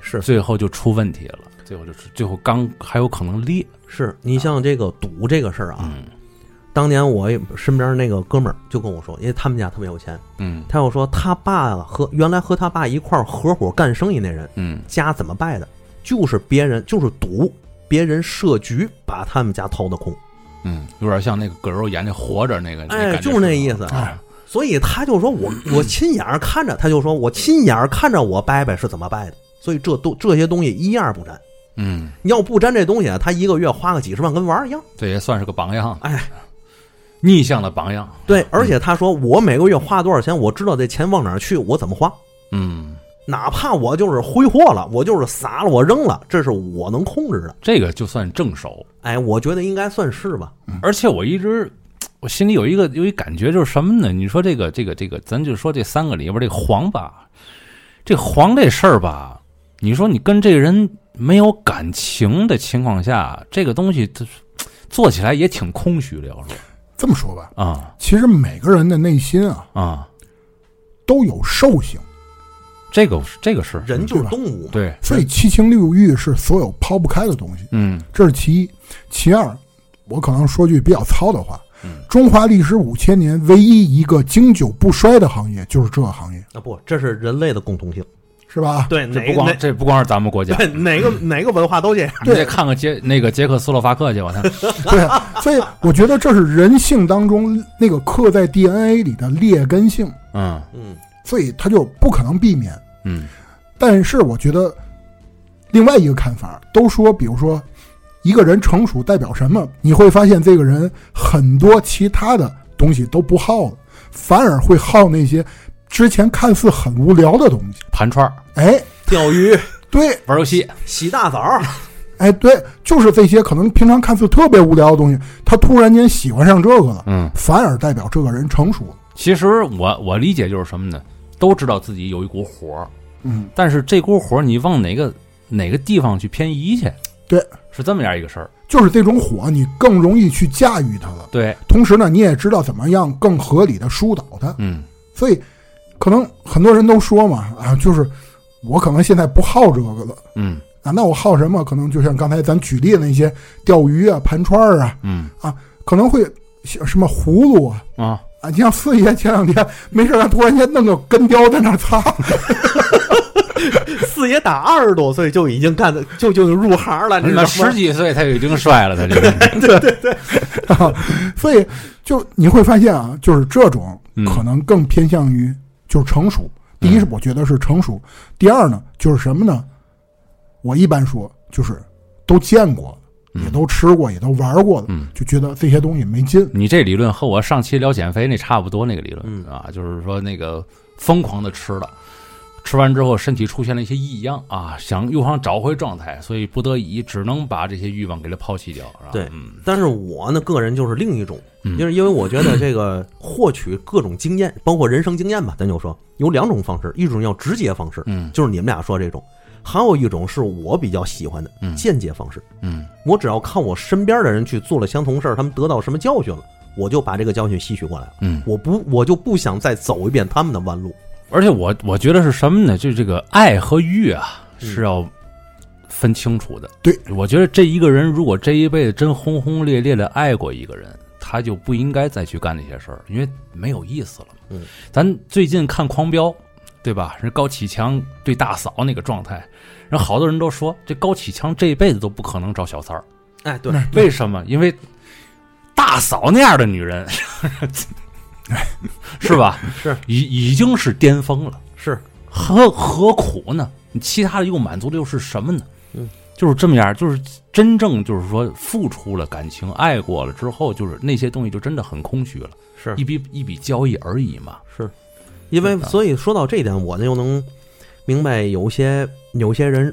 是
最后就出问题了。最后就是最后缸还有可能裂。
是，你像这个赌这个事儿啊，当年我也身边那个哥们儿就跟我说，因为他们家特别有钱，
嗯
他又说他爸和原来和他爸一块儿合伙干生意那人
嗯
家怎么败的，就是别人就是赌，别人设局把他们家掏的空。
嗯，有点像那个葛优演那《活着》那个，感
哎
觉
就是那意思
啊。
所以他就说我我亲眼儿看着，他就说我亲眼儿看着我伯伯是怎么败的，所以这都这些东西一样不沾。
嗯，
你要不沾这东西啊，他一个月花个几十万跟玩儿一样。
这也算是个榜样，
哎，
逆向的榜样。
对，而且他说我每个月花多少钱，我知道这钱往哪儿去，我怎么花，
嗯，
哪怕我就是挥霍了，我就是撒了，我扔了，这是我能控制的。
这个就算正手。
哎，我觉得应该算是吧。
而且我一直我心里有一个有一感觉，就是什么呢？你说这个这个这个，咱就说这三个里边这黄吧，这黄这事儿吧，你说你跟这个人没有感情的情况下，这个东西它是做起来也挺空虚的，要说
这么说吧，
啊
其实每个人的内心啊
啊，
都有兽性，
这个这个是
人就是动物嘛，
对，
所以七情六欲是所有抛不开的东西，
嗯
这是其一。其二，我可能说句比较糙的话，中华历史五千年唯一一个经久不衰的行业就是这个行业，
啊不，这是人类的共同性。
是 吧？
对，
这不光这不光是咱们国家，啊
哪个哪个文化都这样。
你得看看捷那个捷克斯洛伐克去，我操，
对，啊所以我觉得这是人性当中那个刻在 DNA 里的劣根性，
嗯
嗯
所以它就不可能避免。
嗯
但是我觉得另外一个看法，都说比如说一个人成熟代表什么，你会发现这个人很多其他的东西都不好了，反而会好那些之前看似很无聊的东西。
盘串儿、
哎，
钓鱼、
对，
玩游戏，
洗大澡，
哎，对，就是这些可能平常看似特别无聊的东西，他突然间喜欢上这个了，
嗯，
反而代表这个人成熟了。
其实我我理解就是什么呢？都知道自己有一股火儿，
嗯，
但是这股火儿你往哪个哪个地方去偏移去？
对，
是这么样一个事儿。
就是这种火，你更容易去驾驭它了。
对，
同时呢，你也知道怎么样更合理的疏导它。
嗯
所以，可能很多人都说嘛，啊，就是我可能现在不好这个了
嗯
啊，那我好什么？可能就像刚才咱举例的那些钓鱼啊、盘串儿啊，
嗯
可能会像什么葫芦啊。
啊，
啊，你像四爷前两天没事儿干，突然间弄个根雕在那儿擦，
四爷打二十多岁就已经干的，就就入行了，你知道
那
吗？
十几岁他就 已经帅了，他这个
啊， 所以就你会发现啊，就是这种
嗯
可能更偏向于就是成熟。第一是我觉得是成熟，第二呢就是什么呢？我一般说就是都见过，也都吃过，也都玩过了，
嗯
就觉得这些东西没劲。
你这理论和我上期聊减肥那差不多，那个理论、
嗯
啊，就是说那个疯狂的吃了，吃完之后身体出现了一些异样啊，想又想找回状态，所以不得已只能把这些欲望给它抛弃掉，是吧？
对
嗯
但是我呢，个人就是另一种，
嗯
就是因为我觉得这个获取各种经验，包括人生经验吧，咱就说有两种方式，一种叫直接方式，
嗯
就是你们俩说这种；还有一种是我比较喜欢的
嗯
间接方式，
嗯
我只要看我身边的人去做了相同事儿，他们得到什么教训了，我就把这个教训吸取过来了。
嗯，
我不，我就不想再走一遍他们的弯路。
而且我我觉得是什么呢？就这个爱和欲啊，
嗯
是要分清楚的。
对，
我觉得这一个人如果这一辈子真轰轰烈烈的爱过一个人，他就不应该再去干那些事儿，因为没有意思了。
嗯，
咱最近看《狂飙》，对吧？是高启强对大嫂那个状态，然后好多人都说这高启强这辈子都不可能找小三儿，
哎，对，
那
为什么？因为大嫂那样的女人， 是吧？
是
已已经是巅峰了。
是，
何何苦呢？你其他的又满足的又是什么呢？
嗯，
就是这么样，就是真正就是说付出了感情，爱过了之后，就是那些东西就真的很空虚了，
是
一笔一笔交易而已嘛。
因为
对吧
所以说到这一点，我呢又能明白有些有些人，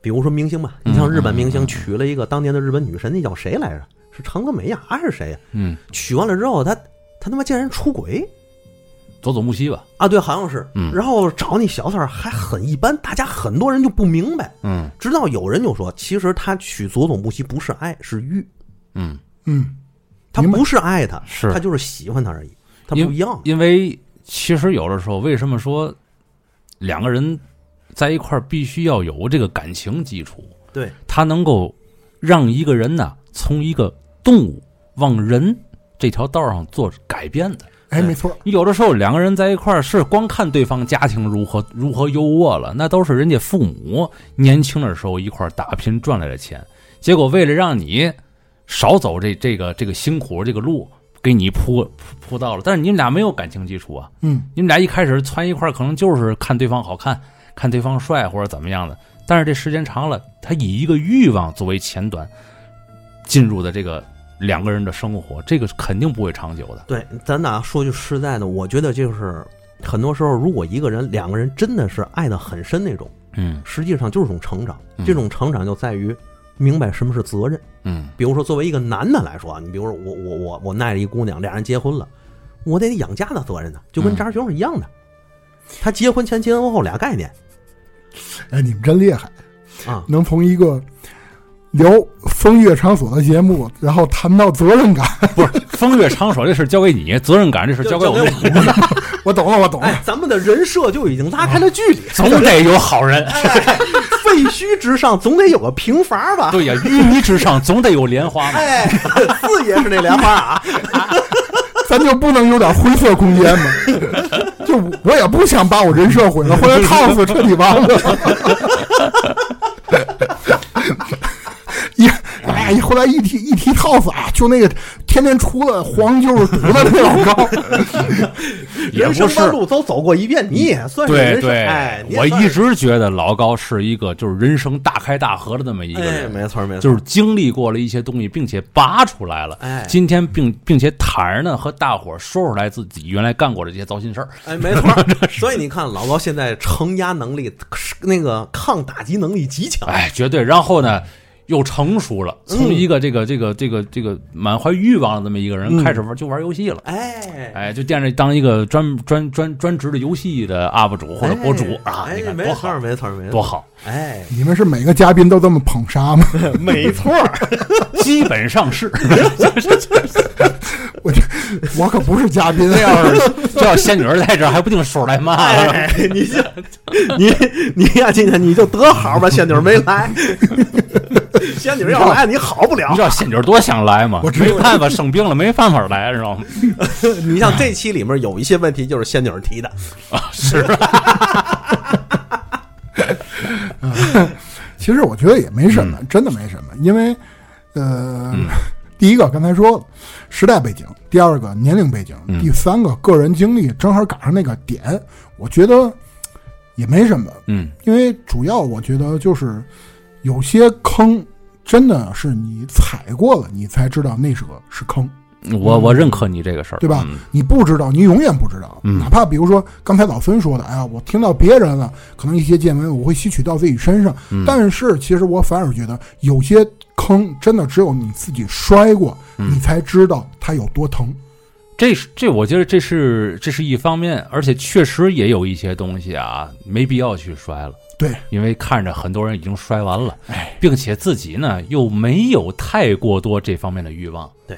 比如说明星吧，
嗯
你像日本明
嗯
星
嗯
娶了一个当年的日本女神，那叫谁来着？是长泽美呀，还是谁呀？啊
嗯，
娶完了之后，他他他妈竟然出轨
佐佐木希吧，
啊！对，好像是。
嗯
然后找那小三儿还很一般，大家很多人就不明白。
嗯
直到有人就说，其实他娶佐佐木希不是爱，是欲，
嗯，
嗯，
他
明白
不是爱他，
是
他就是喜欢他而已，他不一样。
因为其实有的时候，为什么说两个人在一块儿必须要有这个感情基础？
对，
它能够让一个人呢从一个动物往人这条道上做改变的。
哎，没错，
有的时候两个人在一块儿是光看对方家庭如何如何优渥了，那都是人家父母年轻的时候一块儿打拼赚来的钱，结果为了让你少走这这个这个辛苦这个路，给你铺铺铺到了，但是你们俩没有感情基础啊，
嗯，
你们俩一开始窜一块儿可能就是看对方好看，看对方帅或者怎么样的，但是这时间长了，他以一个欲望作为前端进入的这个两个人的生活，这个肯定不会长久的。
对，咱俩说句实在的，我觉得就是很多时候，如果一个人、两个人真的是爱的很深那种，
嗯
实际上就是种成长
嗯。
这种成长就在于明白什么是责任。
嗯
比如说，作为一个男的来说啊，你比如说我我我我耐着一姑娘，俩人结婚了，我得养家的责任呢，就跟
嗯
渣熊是一样的。他结婚前、结婚后俩概念
哎，你们真厉害，
啊，
能从一个聊风月场所的节目，然后谈到责任感，
风月场所这事儿交给你，责任感这 事儿交给我们，
们。
我懂了，我懂了。
哎，咱们的人设就已经拉开了距离，
总得有好人。
废墟之上总得有个平伐 吧？
对呀，淤泥之上总得有莲花嘛。
哎，四爷是那莲花啊，
咱就不能有点灰色空间吗？就我也不想把我人设毁了，回来烫死彻底完了。一哎呀，后来一提一提套子啊，就那个天天出了黄就是毒的那老高，
也
人
不
生
是
弯路都走过一遍，你也算是
对
人生。
对
哎，，你也
我
算
一
是
直觉得老高是一个就是人生大开大合的那么一个
哎，
人，
没错没错，
就是经历过了一些东西，并且拔出来了。
哎
今天并并且坦然的和大伙儿说出来自己原来干过的这些糟心事儿。
哎，没错。所以你看，老高现在承压能力、那个抗打击能力极强。
哎，绝对。然后呢，又成熟了，
嗯
从一个这个这个这个这个满怀欲望的这么一个
嗯
人，开始玩就玩游戏了。
哎，
哎，就惦着当一个专专专专职的游戏的 UP 主或者博主啊，
哎
你看
没
多
错
好
没错没
多
错。
好，
哎，
你们是每个嘉宾都这么捧杀吗？
没错，
基本上是
我这我可不是嘉宾，啊
这要是这要仙女儿在这儿，还不定数来骂了。
哎，你就你你呀，今天你就得好吧，仙女儿没 来，仙女儿要来你好不
你
了
知。道仙女儿多想来吗？
我知
没办法，生病了没办法来，知道吗？
你像这期里面有一些问题就是仙女儿提的，
是啊
其实我觉得也没什么，真的没什么，因为，呃， 第一个刚才说了时代背景，第二个年龄背景，第三个个人经历，正好赶上那个点，我觉得也没什么，
嗯
因为主要我觉得就是有些坑真的是你踩过了，你才知道那是个是坑，
我我认可你这个事儿，
对吧？
嗯
你不知道，你永远不知道。
嗯
哪怕比如说刚才老孙说的，哎呀，我听到别人了，可能一些见闻我会吸取到自己身上，但是其实我反而觉得有些坑真的只有你自己摔过，你才知道它有多疼。
这是这，我觉得这是这是一方面，而且确实也有一些东西啊，没必要去摔了，
对，
因为看着很多人已经摔完了，并且自己呢又没有太过多这方面的欲望，
对，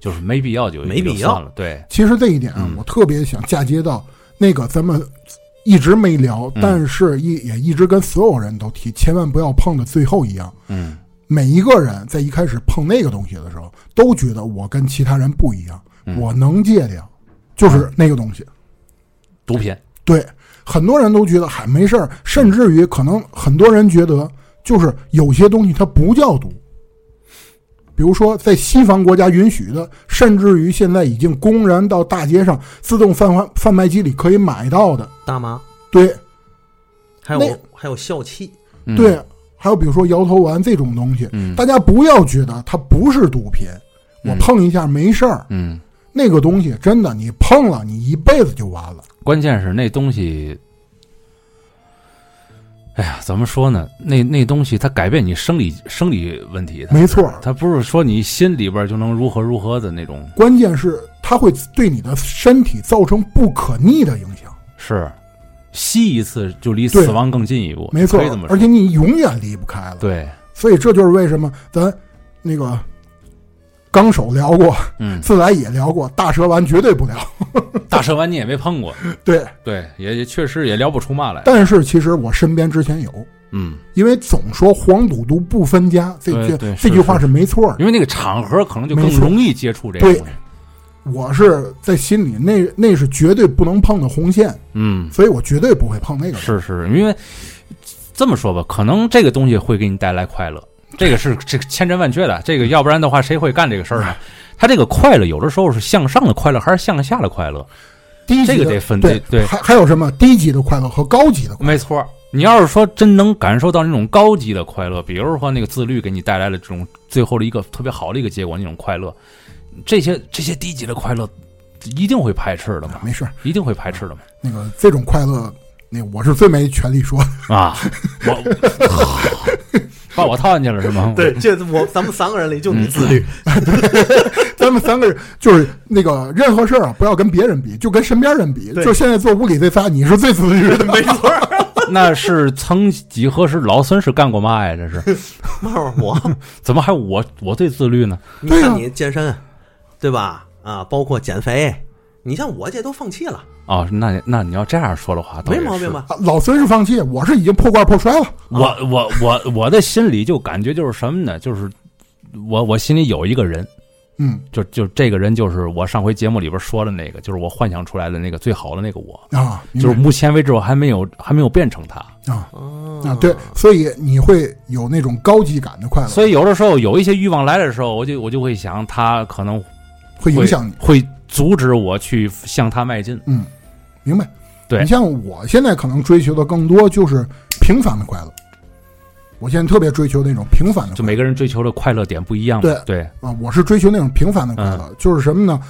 就是没必要就
没必要
就算了，对，
其实这一点啊，
嗯
我特别想嫁接到那个咱们一直没聊，
嗯
但是一也一直跟所有人都提，千万不要碰的最后一样。
嗯
每一个人在一开始碰那个东西的时候，都觉得我跟其他人不一样，
嗯
我能戒掉，就是那个东西。
毒品，
对，很多人都觉得还没事儿，甚至于可能很多人觉得，就是有些东西它不叫毒，比如说在西方国家允许的，甚至于现在已经公然到大街上自动贩卖贩卖机里可以买到的，
大妈
对
还
那
有还有笑气，
嗯、
对，还有比如说摇头丸这种东西，
嗯
大家不要觉得它不是毒品，我
嗯
碰一下没事儿，
嗯，
那个东西真的你碰了，你一辈子就完了。
关键是那东西，哎呀，怎么说呢？那那东西它改变你生理生理问题的，
没错，
它不是说你心里边就能如何如何的那种，
关键是它会对你的身体造成不可逆的影响。
是吸一次就离
对
死亡更近一步，
没错
可以这么，说
而且你永远离不开了。，
对，
所以这就是为什么咱那个纲手聊过，
嗯，
自来也聊过，大蛇丸绝 对不聊。
大蛇丸你也没碰过，
对，
对，也也确实也聊不出嘛来，
但是其实我身边之前有，
嗯，
因为总说黄赌毒不分家，这
对
句
对
这
是
句话
是
是没错的。
因为那个场合可能就更
没错
容易接触这个
对
东西，
我是在心里，那那是绝对不能碰的红线，
嗯，
所以我绝对不会碰那个。
是是，因为这么说吧，可能这个东西会给你带来快乐，这个是这个千真万确的。这个要不然的话，谁会干这个事儿呢？他这个快乐有的时候是向上的快乐，还是向下的快乐？
低级的
这个得分
对
对对
还还有什么低级的快乐和高级的快乐？
没错儿，你要是说真能感受到那种高级的快乐，比如说那个自律给你带来了这种最后的一个特别好的一个结果，那种快乐，这些这些低级的快乐一定会排斥的嘛，
没事儿，
一定会排斥的嘛。
那个这种快乐，那我是最没权利说的。
啊，我把我 套进去了是吗？
对，这我咱们三个人里就
嗯
你自律，
咱们三个人就是那个任何事儿啊，不要跟别人比，就跟身边人比。
对
就现在坐屋里这仨，你是最自律的。
没错。
那是曾几何时，老孙是干过嘛呀？这 是
慢慢磨，
怎么还我我最自律呢？
你
对啊
看你健身，对吧？啊，包括减肥，你像我这都放弃了，
哦，那那你要这样说的话，倒
没
也
毛
是
病？吧？啊
啊老孙是放弃，我是已经破罐破摔了。
我我我我的心里就感觉就是什么呢？就是我我心里有一个人，
嗯
就就这个人就是我上回节目里边说的那个，就是我幻想出来的那个最好的那个我，
啊，
嗯
明
就
白
是目前为止我还没有还没有变成他。
啊啊
啊，
对，所以你会有那种高级感的
嗯
快乐，
所以有的时候有一些欲望来的时候，我就我就会想，他可能
会影响你。
会阻止我去向他迈进。
嗯，明白。
对
你像我现在可能追求的更多就是平凡的快乐，我现在特别追求那种平凡的
就
快乐
每个人追求的快乐点不一样嘛。
对
对，
啊，我是追求那种平凡的快
嗯
乐，就是什么呢？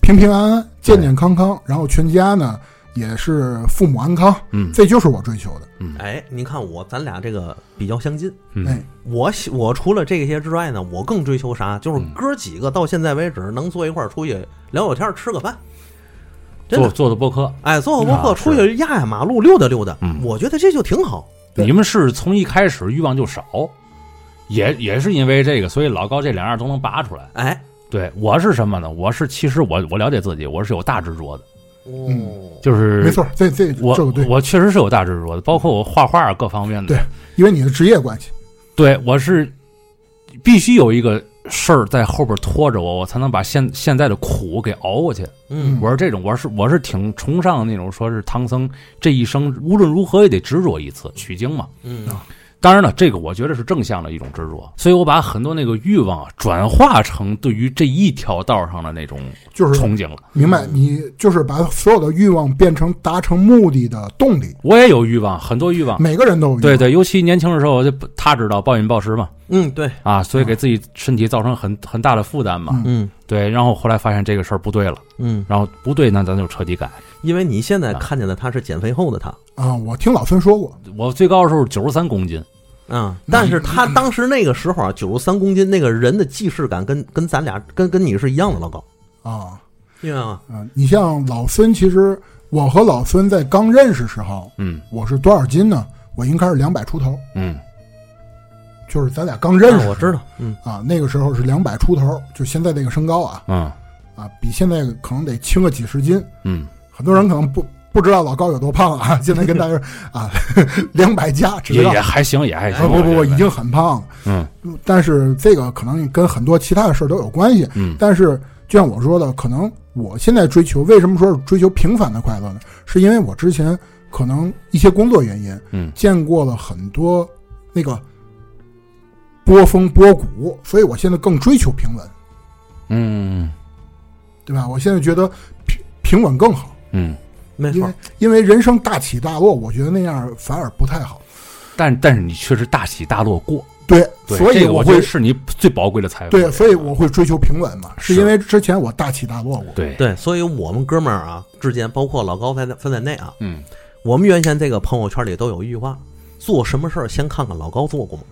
平平安安、健健康康，然后全家呢也是父母安康，
嗯
这就是我追求的。
哎，您看我，咱俩这个比较相近。
嗯
哎，
我喜我除了这些之外呢，我更追求啥？就是
嗯
哥几个到现在为止能坐一块儿出去聊聊天儿、吃个饭，真
做
的。
做的播客，
哎，做个播客
啊
出去压压马路溜达溜达
嗯，
我觉得这就挺好。
对
你们是从一开始欲望就少，也也是因为这个，所以老高这两样都能拔出来。
哎，
对我是什么呢？我是其实我我了解自己，我是有大执着的，
哦，
就是
没。错，这这
我
这个对，
我确实是有大执着的，包括我画画各方面的。
对因为你的职业关系，
对我是必须有一个事儿在后边拖着我，我才能把现现在的苦给熬过去。
嗯，
我是这种，我是我是挺崇尚那种，说是唐僧这一生无论如何也得执着一次取经嘛。
嗯
当然了，这个我觉得是正向的一种执着，所以我把很多那个欲望啊转化成对于这一条道上的那种
就是
憧憬了。
明白，
嗯
你就是把所有的欲望变成达成目的的动力。
我也有欲望，很多欲望。
每个人都有欲望
啊对对，尤其年轻的时候，就不他知道暴饮暴食嘛，
嗯，对，
啊，所以给自己身体造成很很大的负担嘛。
嗯
嗯
对，然后后来发现这个事儿不对了，
嗯，
然后不对，那咱就彻底改。
因为你现在看见的他是减肥后的他，
啊，我听老孙说过，
我最高的时候九十三公斤，
啊，但是他当时那个时 候啊，九十三公斤，那个人的既视感跟跟咱俩跟跟你是一样的，老高，
啊，
明白吗？
嗯，你像老孙，其实我和老孙在刚认识时候，
嗯
我是多少斤呢？我应该是两百出头，
嗯，
就是咱俩刚认识时
啊
候，
我知道，嗯
啊，那个时候是两百出头，就现在这个身高啊
嗯
啊，比现在可能得轻个几十斤。
嗯，
很多人可能不不知道老高有多胖啊， 现在跟大家说啊，两百加，只
也
知道
也还行，也还行。
啊不不
我
不，
觉得
已经很胖了。
嗯
但是这个可能跟很多其他的事儿都有关系。
嗯
但是就像我说的，可能我现在追求，为什么说是追求平凡的快乐呢？是因为我之前可能一些工作原因，
嗯
见过了很多那个波峰波谷，所以我现在更追求平稳，
嗯
对吧？我现在觉得平平稳更好，
嗯，
没
因
错
为，因为人生大起大落，我觉得那样反而不太好。
但但是你确实大起大落过，
对，
对
所
这
以
个我觉
会
得是你最宝贵的财富。
对，所以我会追求平稳嘛，是
是
因为之前我大起大落过。
对
对，所以我们哥们儿啊之间，包括老高在分在内啊，
嗯
我们原先这个朋友圈里都有一句话：做什么事儿先看看老高做过吗？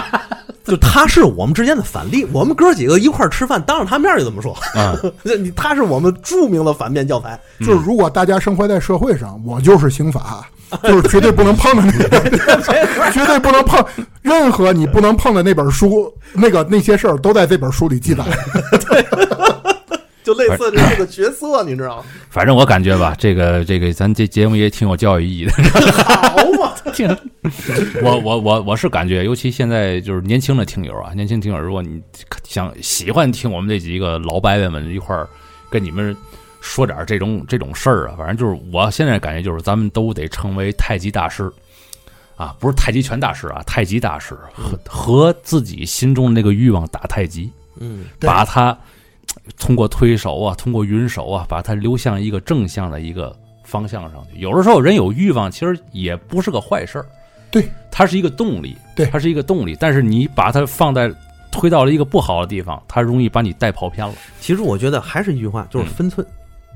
就他是我们之间的反例，我们哥几个一块儿吃饭，当着他面 儿就这么说。
啊
这你他是我们著名的反面教材。
就是如果大家生活在社会上，我就是刑法， 就是绝对不能碰的那个，绝对不能碰任何你不能碰的那本书，那个那些事儿都在这本书里记载。
就类似这个角色，你知道吗？
反正我感觉吧，这个这个咱这节目也挺有教育意义的。
好嘛，
挺 我我我我是感觉，尤其现在就是年轻的听友啊，年轻听友，如果你想喜欢听我们这几个老伯伯们一块儿跟你们说点儿这种这种事儿啊，反正就是我现在感觉就是咱们都得成为太极大师啊，不是太极拳大师啊，太极大师和和自己心中的那个欲望打太极，
嗯，
对
把它通过推手啊，通过云手啊，把它流向一个正向的一个方向上去。有的时候人有欲望，其实也不是个坏事儿，
对，
它是一个动力，
对
它是一个动力。但是你把它放在推到了一个不好的地方，它容易把你带跑偏了。
其实我觉得还是一句话，就是分寸。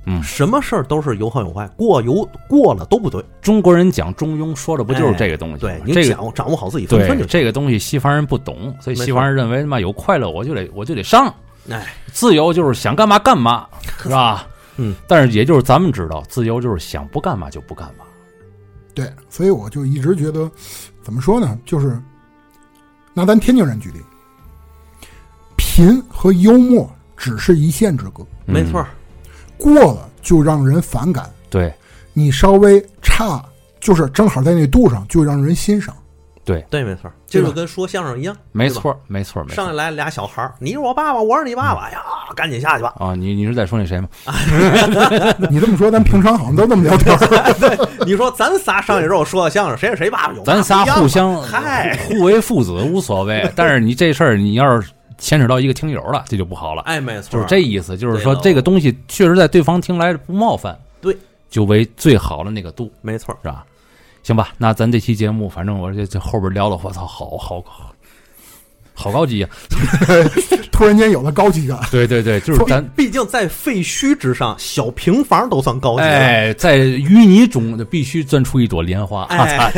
嗯
什么事儿都是有好有坏，过有过了都不对。
中国人讲中庸，说的不就是这个东西吗
哎对？你
这个
掌握掌握好自己分寸就
对
行。
这个东西，西方人不懂，所以
没错
西方人认为他妈有快乐我就得我就得上，
哎，
自由就是想干嘛干嘛，是吧？
嗯，
但是也就是咱们知道，自由就是想不干嘛就不干嘛。
对，所以我就一直觉得，怎么说呢？就是拿咱天津人举例，贫和幽默只是一线之隔，
嗯
没错儿，
过了就让人反感，
对
你稍微差，就是正好在那度上，就让人欣赏。
对
对，没错儿，
对
这
吧
就跟说相声一样，
没
对吧。
错儿，没错儿，没错
上
儿
来来俩小孩儿，你是我爸爸，我是你爸爸哎呀，赶紧下 去吧。
啊！你你是在说那谁吗？
你这么说，咱平常好像都那么聊天儿。
你说咱仨上去之后说的相声，谁是谁爸爸有爸爸
咱仨
一样吗
互相
嗨，
互为父子无所 谓，但是你这事儿你要是牵扯到一个听友了，这就不好了。
哎，没错
就
儿，
是这意思，就是
对
说
了
这个东西确实在对方听来不冒犯，
对，
就为最好的那个度，
没错儿，
是吧？行吧，那咱这期节目，反正我这这后边聊了，我操，好好好好高级啊呀、
突然间有了高级感，
对对对，就是咱
毕竟在废墟之上，小平房都算高级了。
哎，在淤泥中必须钻出一朵莲花。啊
哎，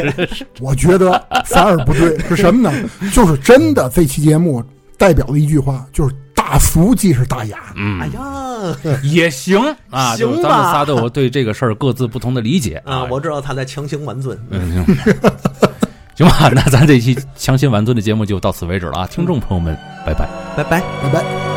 我觉得反而不对，是什么呢？就是真的这期节目代表的一句话，就是大俗即是大雅。
哎呀
也行啊，
行
就是咱们
吧
仨都有对这个事儿各自不同的理解
啊，我知道他在强行挽尊。
嗯，行 行吧，那咱这期强心丸尊的节目就到此为止了啊，听众朋友们，拜拜。
拜拜。
拜拜。